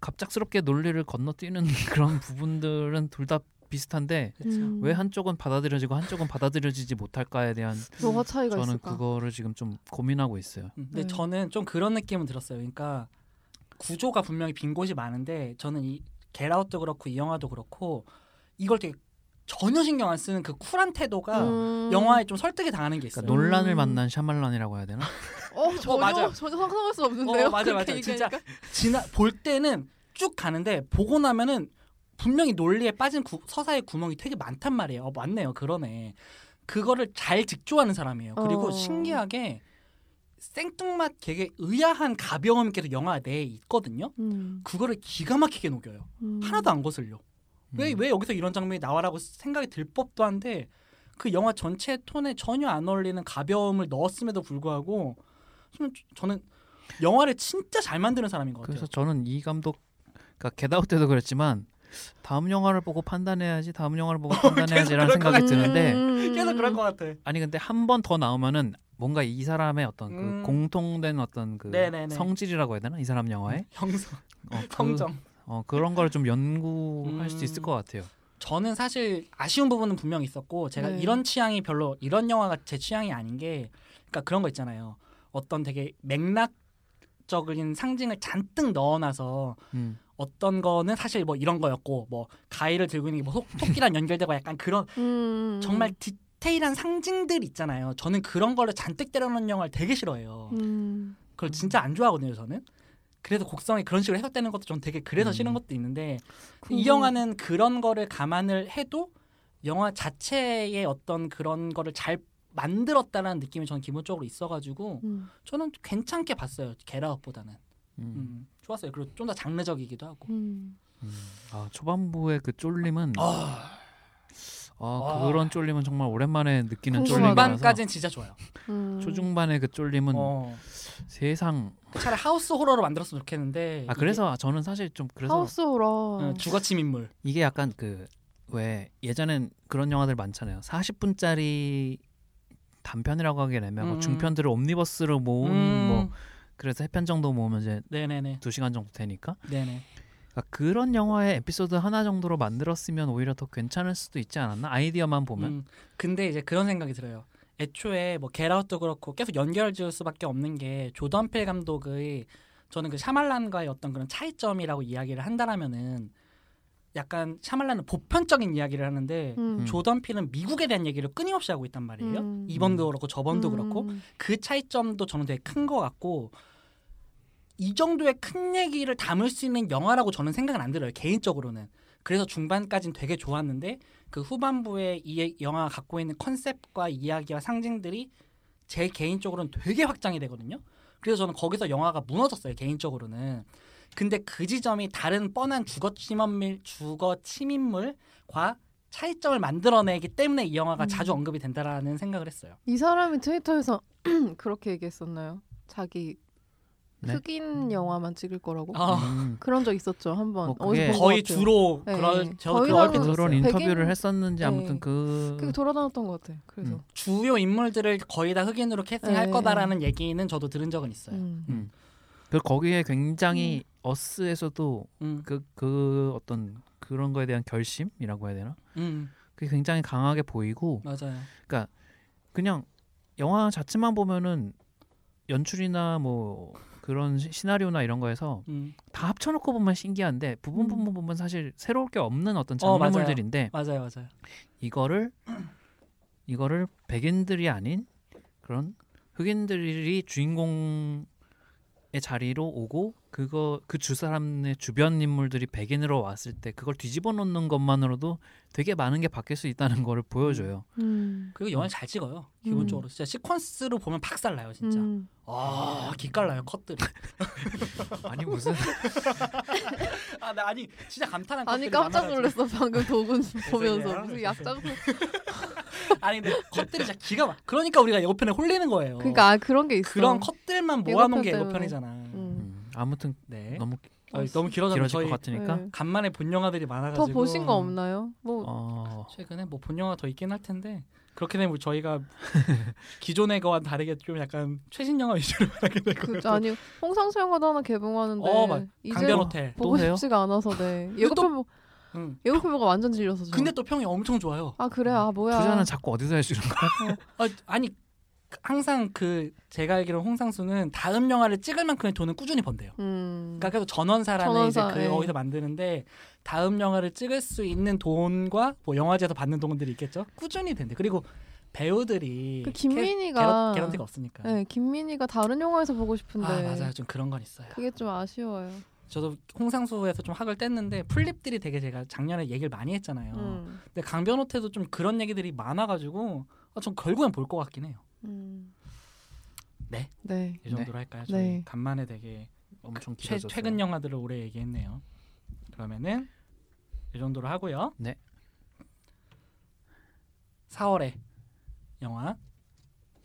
[SPEAKER 2] 갑작스럽게 논리를 건너뛰는 그런 부분들은 둘 다 비슷한데
[SPEAKER 3] 음.
[SPEAKER 1] 그렇죠.
[SPEAKER 2] 왜 한쪽은 받아들여지고 한쪽은 받아들여지지 못할까에 대한
[SPEAKER 3] 뭐가 차이가
[SPEAKER 2] 저는
[SPEAKER 3] 있을까?
[SPEAKER 2] 그거를 지금 좀 고민하고 있어요.
[SPEAKER 1] 음. 근데
[SPEAKER 3] 네.
[SPEAKER 1] 저는 좀 그런 느낌은 들었어요. 그러니까 구조가 분명히 빈 곳이 많은데 저는 이 겟아웃도 그렇고 이 영화도 그렇고 이걸 되게 전혀 신경 안 쓰는 그 쿨한 태도가
[SPEAKER 3] 음.
[SPEAKER 1] 영화에 좀 설득이 당하는 게 있어요.
[SPEAKER 2] 그러니까 논란을
[SPEAKER 3] 음.
[SPEAKER 2] 만난 샤말란이라고 해야 되나?
[SPEAKER 3] 어 전혀
[SPEAKER 1] 맞아요.
[SPEAKER 3] 전혀 상상할 수 없는데요.
[SPEAKER 1] 어, 맞아요,
[SPEAKER 3] 그렇게
[SPEAKER 1] 맞아요.
[SPEAKER 3] 얘기하니까.
[SPEAKER 1] 지나 볼 때는 쭉 가는데 보고 나면은 분명히 논리에 빠진 구- 서사의 구멍이 되게 많단 말이에요. 어, 맞네요. 그러네. 그거를 잘 직조하는 사람이에요. 그리고
[SPEAKER 3] 어.
[SPEAKER 1] 신기하게 생뚱맞 되게 의아한 가벼움이 계속 영화 내에 있거든요.
[SPEAKER 3] 음.
[SPEAKER 1] 그거를 기가 막히게 녹여요.
[SPEAKER 3] 음.
[SPEAKER 1] 하나도 안 거슬려. 왜 왜
[SPEAKER 2] 음.
[SPEAKER 1] 여기서 이런 장면이 나와라고 생각이 들 법도 한데 그 영화 전체 톤에 전혀 안 어울리는 가벼움을 넣었음에도 불구하고 좀- 저는 영화를 진짜 잘 만드는 사람인 것 같아요.
[SPEAKER 2] 그래서 저는 이 감독 그러니까 겟아웃 때도 그랬지만 다음 영화를 보고 판단해야지 다음 영화를 보고 판단해야지라는
[SPEAKER 1] 계속 그럴
[SPEAKER 2] 생각이
[SPEAKER 3] 음.
[SPEAKER 2] 드는데
[SPEAKER 3] 음.
[SPEAKER 1] 계속 그럴 것 같아.
[SPEAKER 2] 아니 근데 한 번 더 나오면은 뭔가 이 사람의 어떤 그
[SPEAKER 1] 음.
[SPEAKER 2] 공통된 어떤 그
[SPEAKER 1] 네네네.
[SPEAKER 2] 성질이라고 해야 되나 이 사람 영화의
[SPEAKER 1] 형성,
[SPEAKER 2] 어, 그,
[SPEAKER 1] 성정.
[SPEAKER 2] 어, 그런 걸 좀 연구할 수 있을
[SPEAKER 1] 음.
[SPEAKER 2] 것 같아요.
[SPEAKER 1] 저는 사실 아쉬운 부분은 분명 있었고 제가
[SPEAKER 3] 네.
[SPEAKER 1] 이런 취향이 별로 이런 영화가 제 취향이 아닌 게 그러니까 그런 거 있잖아요. 어떤 되게 맥락적인 상징을 잔뜩 넣어놔서
[SPEAKER 2] 음.
[SPEAKER 1] 어떤 거는 사실 뭐 이런 거였고 뭐 가위를 들고 있는 게뭐 토끼랑 연결되고 약간 그런
[SPEAKER 3] 음.
[SPEAKER 1] 정말 디테일한 상징들 있잖아요. 저는 그런 거를 잔뜩 때려넣는 영화를 되게 싫어해요.
[SPEAKER 3] 음.
[SPEAKER 1] 그걸 진짜 안 좋아하거든요, 저는. 그래서 곡성이 그런 식으로 해석되는 것도 좀 되게 그래서
[SPEAKER 2] 음.
[SPEAKER 1] 싫은 것도 있는데
[SPEAKER 3] 궁금-
[SPEAKER 1] 이 영화는 그런 거를 감안을 해도 영화 자체의 어떤 그런 거를 잘 만들었다는 느낌이 저는 기본적으로 있어가지고
[SPEAKER 3] 음.
[SPEAKER 1] 저는 괜찮게 봤어요. 게라웃보다는
[SPEAKER 2] 음.
[SPEAKER 1] 음, 좋았어요. 그리고 좀 더 장르적이기도 하고.
[SPEAKER 3] 음.
[SPEAKER 2] 음. 아 초반부의 그 쫄림은 아,
[SPEAKER 1] 아, 아.
[SPEAKER 2] 그런 쫄림은 정말 오랜만에 느끼는
[SPEAKER 3] 궁금하다.
[SPEAKER 2] 쫄림이라서
[SPEAKER 1] 초반까지는 진짜 좋아요.
[SPEAKER 3] 음.
[SPEAKER 2] 초중반의 그 쫄림은
[SPEAKER 1] 어.
[SPEAKER 2] 세상
[SPEAKER 1] 차라리 하우스 호러로 만들었으면 좋겠는데.
[SPEAKER 2] 아 그래서 저는 사실 좀 그래서
[SPEAKER 3] 하우스 오라.
[SPEAKER 1] 이게, 어, 주거침 인물.
[SPEAKER 2] 이게 약간 그 왜 예전엔 그런 영화들 많잖아요. 40분짜리 단편이라고 하긴 애매하고
[SPEAKER 1] 음.
[SPEAKER 2] 중편들을 옴니버스로 모은
[SPEAKER 1] 음.
[SPEAKER 2] 뭐 그래서 해편 정도 모으면 이제
[SPEAKER 1] 네네네.
[SPEAKER 2] 두 시간 정도 되니까
[SPEAKER 1] 네네.
[SPEAKER 2] 그러니까 그런 영화의 에피소드 하나 정도로 만들었으면 오히려 더 괜찮을 수도 있지 않았나 아이디어만 보면
[SPEAKER 1] 음, 근데 이제 그런 생각이 들어요. 애초에 뭐 게라웃도 그렇고 계속 연결 지을 수밖에 없는 게 조던필 감독의 저는 그 샤말란과의 어떤 그런 차이점이라고 이야기를 한다라면은 약간 샤말란은 보편적인 이야기를 하는데
[SPEAKER 3] 음.
[SPEAKER 1] 조던필은 미국에 대한 얘기를 끊임없이 하고 있단 말이에요.
[SPEAKER 3] 음.
[SPEAKER 1] 이번도 그렇고 저번도
[SPEAKER 3] 음.
[SPEAKER 1] 그렇고 그 차이점도 저는 되게 큰 것 같고 이 정도의 큰 얘기를 담을 수 있는 영화라고 저는 생각은 안 들어요 개인적으로는 그래서 중반까지는 되게 좋았는데 그 후반부에 이 영화가 갖고 있는 컨셉과 이야기와 상징들이 제 개인적으로는 되게 확장이 되거든요 그래서 저는 거기서 영화가 무너졌어요 개인적으로는 근데 그 지점이 다른 뻔한 주거 침입물 주거 침입물과 차이점을 만들어내기 때문에 이 영화가
[SPEAKER 3] 음.
[SPEAKER 1] 자주 언급이 된다라는 생각을 했어요.
[SPEAKER 3] 이 사람이 트위터에서 그렇게 얘기했었나요? 자기
[SPEAKER 2] 네?
[SPEAKER 3] 흑인 영화만 찍을 거라고?
[SPEAKER 1] 아,
[SPEAKER 2] 음.
[SPEAKER 3] 그런 적 있었죠 한 번.
[SPEAKER 2] 뭐
[SPEAKER 3] 어디서
[SPEAKER 2] 그게
[SPEAKER 3] 본것
[SPEAKER 1] 거의
[SPEAKER 3] 같아요.
[SPEAKER 1] 주로
[SPEAKER 3] 네.
[SPEAKER 1] 그런 저
[SPEAKER 3] 거의
[SPEAKER 1] 그 얼핏
[SPEAKER 3] 나오는
[SPEAKER 1] 들었어요.
[SPEAKER 2] 그런 인터뷰를
[SPEAKER 3] 백인-
[SPEAKER 2] 했었는지 아무튼
[SPEAKER 3] 네.
[SPEAKER 2] 그
[SPEAKER 3] 그게 돌아다녔던 것 같아. 그래서
[SPEAKER 2] 음.
[SPEAKER 1] 주요 인물들을 거의 다 흑인으로 캐스팅할
[SPEAKER 3] 네.
[SPEAKER 1] 거다라는 얘기는 저도 들은 적은 있어요.
[SPEAKER 3] 음.
[SPEAKER 2] 음. 그 거기에 굉장히 어스에서도
[SPEAKER 1] 음,
[SPEAKER 2] 그 그 어떤 그런 거에 대한 결심이라고 해야 되나?
[SPEAKER 1] 음,
[SPEAKER 2] 그게 굉장히 강하게 보이고
[SPEAKER 1] 맞아요.
[SPEAKER 2] 그냥 영화 자체만 보면은 연출이나 뭐 그런 시- 시나리오나 이런 거에서
[SPEAKER 1] 음,
[SPEAKER 2] 다 합쳐놓고 보면 신기한데 부분
[SPEAKER 3] 음.
[SPEAKER 2] 부분 보면 사실 새로울 게 없는 어떤
[SPEAKER 1] 어, 맞아요.
[SPEAKER 2] 장면물들인데
[SPEAKER 1] 맞아요, 맞아요.
[SPEAKER 2] 이거를 이거를 백인들이 아닌 그런 흑인들이 주인공의 자리로 오고 그거 그 주 사람의 주변 인물들이 백인으로 왔을 때 그걸 뒤집어 놓는 것만으로도 되게 많은 게 바뀔 수 있다는 거를 보여줘요.
[SPEAKER 3] 음.
[SPEAKER 1] 그리고 영화 잘 찍어요. 기본적으로 진짜 시퀀스로 보면 박살 나요, 진짜.
[SPEAKER 3] 음.
[SPEAKER 1] 아, 기깔나요 컷들이.
[SPEAKER 2] 아니 무슨
[SPEAKER 1] 아, 나 아니 진짜 감탄한
[SPEAKER 3] 아니
[SPEAKER 1] 컷들이
[SPEAKER 3] 깜짝
[SPEAKER 1] 많아가지고.
[SPEAKER 3] 놀랐어 방금 도군 보면서
[SPEAKER 1] 죄송해요. 어.
[SPEAKER 3] 무슨 약자고
[SPEAKER 1] 아니 근데 컷들이 진짜 기가 막. 그러니까 우리가 예고편에 홀리는 거예요.
[SPEAKER 3] 그러니까 아, 그런 게 있어
[SPEAKER 1] 그런 컷들만 모아놓은 게
[SPEAKER 3] 예고편 때문에.
[SPEAKER 1] 예고편이잖아.
[SPEAKER 3] 음.
[SPEAKER 2] 음, 아무튼
[SPEAKER 1] 네.
[SPEAKER 2] 너무
[SPEAKER 1] 아, 너무 길어져서
[SPEAKER 2] 길어질
[SPEAKER 1] 저희
[SPEAKER 2] 것 같으니까
[SPEAKER 3] 네.
[SPEAKER 1] 간만에 본 영화들이 많아가지고
[SPEAKER 3] 더 보신 거 없나요? 뭐
[SPEAKER 2] 어,
[SPEAKER 1] 최근에 뭐 본 영화 더 있긴 할 텐데 그렇게 되면 저희가 기존의 거와 다르게 좀 약간 최신 영화 위주로 하게 될
[SPEAKER 3] 그,
[SPEAKER 1] 거예요.
[SPEAKER 3] 아니 홍상수 영화도 하나 개봉하는데
[SPEAKER 1] 어, 맞-
[SPEAKER 3] 이제
[SPEAKER 1] 강변 호텔.
[SPEAKER 3] 보고
[SPEAKER 2] 또 해요?
[SPEAKER 3] 싶지가 않아서 네 예고편 보-
[SPEAKER 1] 응.
[SPEAKER 3] 예고편 보고 완전 질려서 저.
[SPEAKER 1] 근데 또 평이 엄청 좋아요.
[SPEAKER 3] 아 그래 아 뭐야
[SPEAKER 2] 투자는 자꾸 어디서 할 수 있는 거야?
[SPEAKER 1] 아, 아니 항상 그 제가 알기로 홍상수는 다음 영화를 찍을 만큼의 돈은 꾸준히 번대요.
[SPEAKER 3] 음.
[SPEAKER 1] 그러니까 계속 전원사라는
[SPEAKER 3] 전원사,
[SPEAKER 1] 이제 그
[SPEAKER 3] 예.
[SPEAKER 1] 거기서 만드는데 다음 영화를 찍을 수 있는 돈과 뭐 영화제에서 받는 돈들이 있겠죠. 꾸준히 된대. 그리고 배우들이
[SPEAKER 3] 그
[SPEAKER 1] 캐-
[SPEAKER 3] 김민희가
[SPEAKER 1] 개런- 개런티가 없으니까.
[SPEAKER 3] 네 김민희가 다른 영화에서 보고 싶은데
[SPEAKER 1] 아 맞아요. 좀 그런 건 있어요.
[SPEAKER 3] 그게 좀 아쉬워요.
[SPEAKER 1] 저도 홍상수에서 좀 학을 뗐는데 플립들이 되게 제가 작년에 얘기를 많이 했잖아요.
[SPEAKER 3] 음.
[SPEAKER 1] 근데 강변호태도 좀 그런 얘기들이 많아가지고 아, 좀 결국엔 볼 것 같긴 해요.
[SPEAKER 3] 음.
[SPEAKER 1] 네.
[SPEAKER 3] 네.
[SPEAKER 1] 이 정도로 할까요? 저희
[SPEAKER 3] 네.
[SPEAKER 1] 간만에 되게
[SPEAKER 2] 엄청
[SPEAKER 1] 최,
[SPEAKER 2] 길어졌어요.
[SPEAKER 1] 최근 영화들을 오래 얘기했네요. 그러면은 이 정도로 하고요.
[SPEAKER 2] 네.
[SPEAKER 1] 4월에 영화.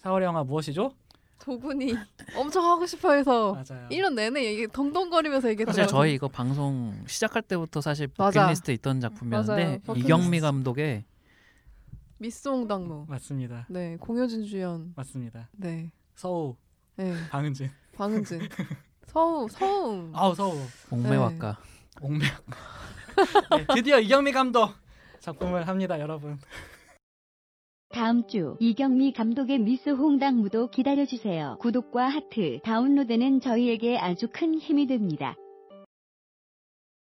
[SPEAKER 1] 4월의 영화 무엇이죠?
[SPEAKER 3] 도군이 엄청 하고 싶어해서
[SPEAKER 1] 맞아요.
[SPEAKER 3] 1년 내내 얘기 동동거리면서 얘기했어요.
[SPEAKER 2] 사실 저희 이거 방송 시작할 때부터 사실
[SPEAKER 3] 맞아.
[SPEAKER 2] 버킷리스트에 있던 작품이었는데
[SPEAKER 3] 맞아요.
[SPEAKER 2] 이경미
[SPEAKER 1] 버킷리스트.
[SPEAKER 2] 감독의
[SPEAKER 3] 미스홍당무.
[SPEAKER 1] 맞습니다.
[SPEAKER 3] 네 공효진 주연.
[SPEAKER 1] 맞습니다.
[SPEAKER 3] 네.
[SPEAKER 1] 서우
[SPEAKER 3] 네
[SPEAKER 1] 방은진.
[SPEAKER 3] 방은진. 서우 서우.
[SPEAKER 1] 아우 서우.
[SPEAKER 2] 옥매화가
[SPEAKER 1] 옥매학. 네, 드디어 이경미 감독 작품을 합니다, 여러분.
[SPEAKER 4] 다음 주 이경미 감독의 미스 홍당무도 기다려주세요. 구독과 하트, 다운로드는 저희에게 아주 큰 힘이 됩니다.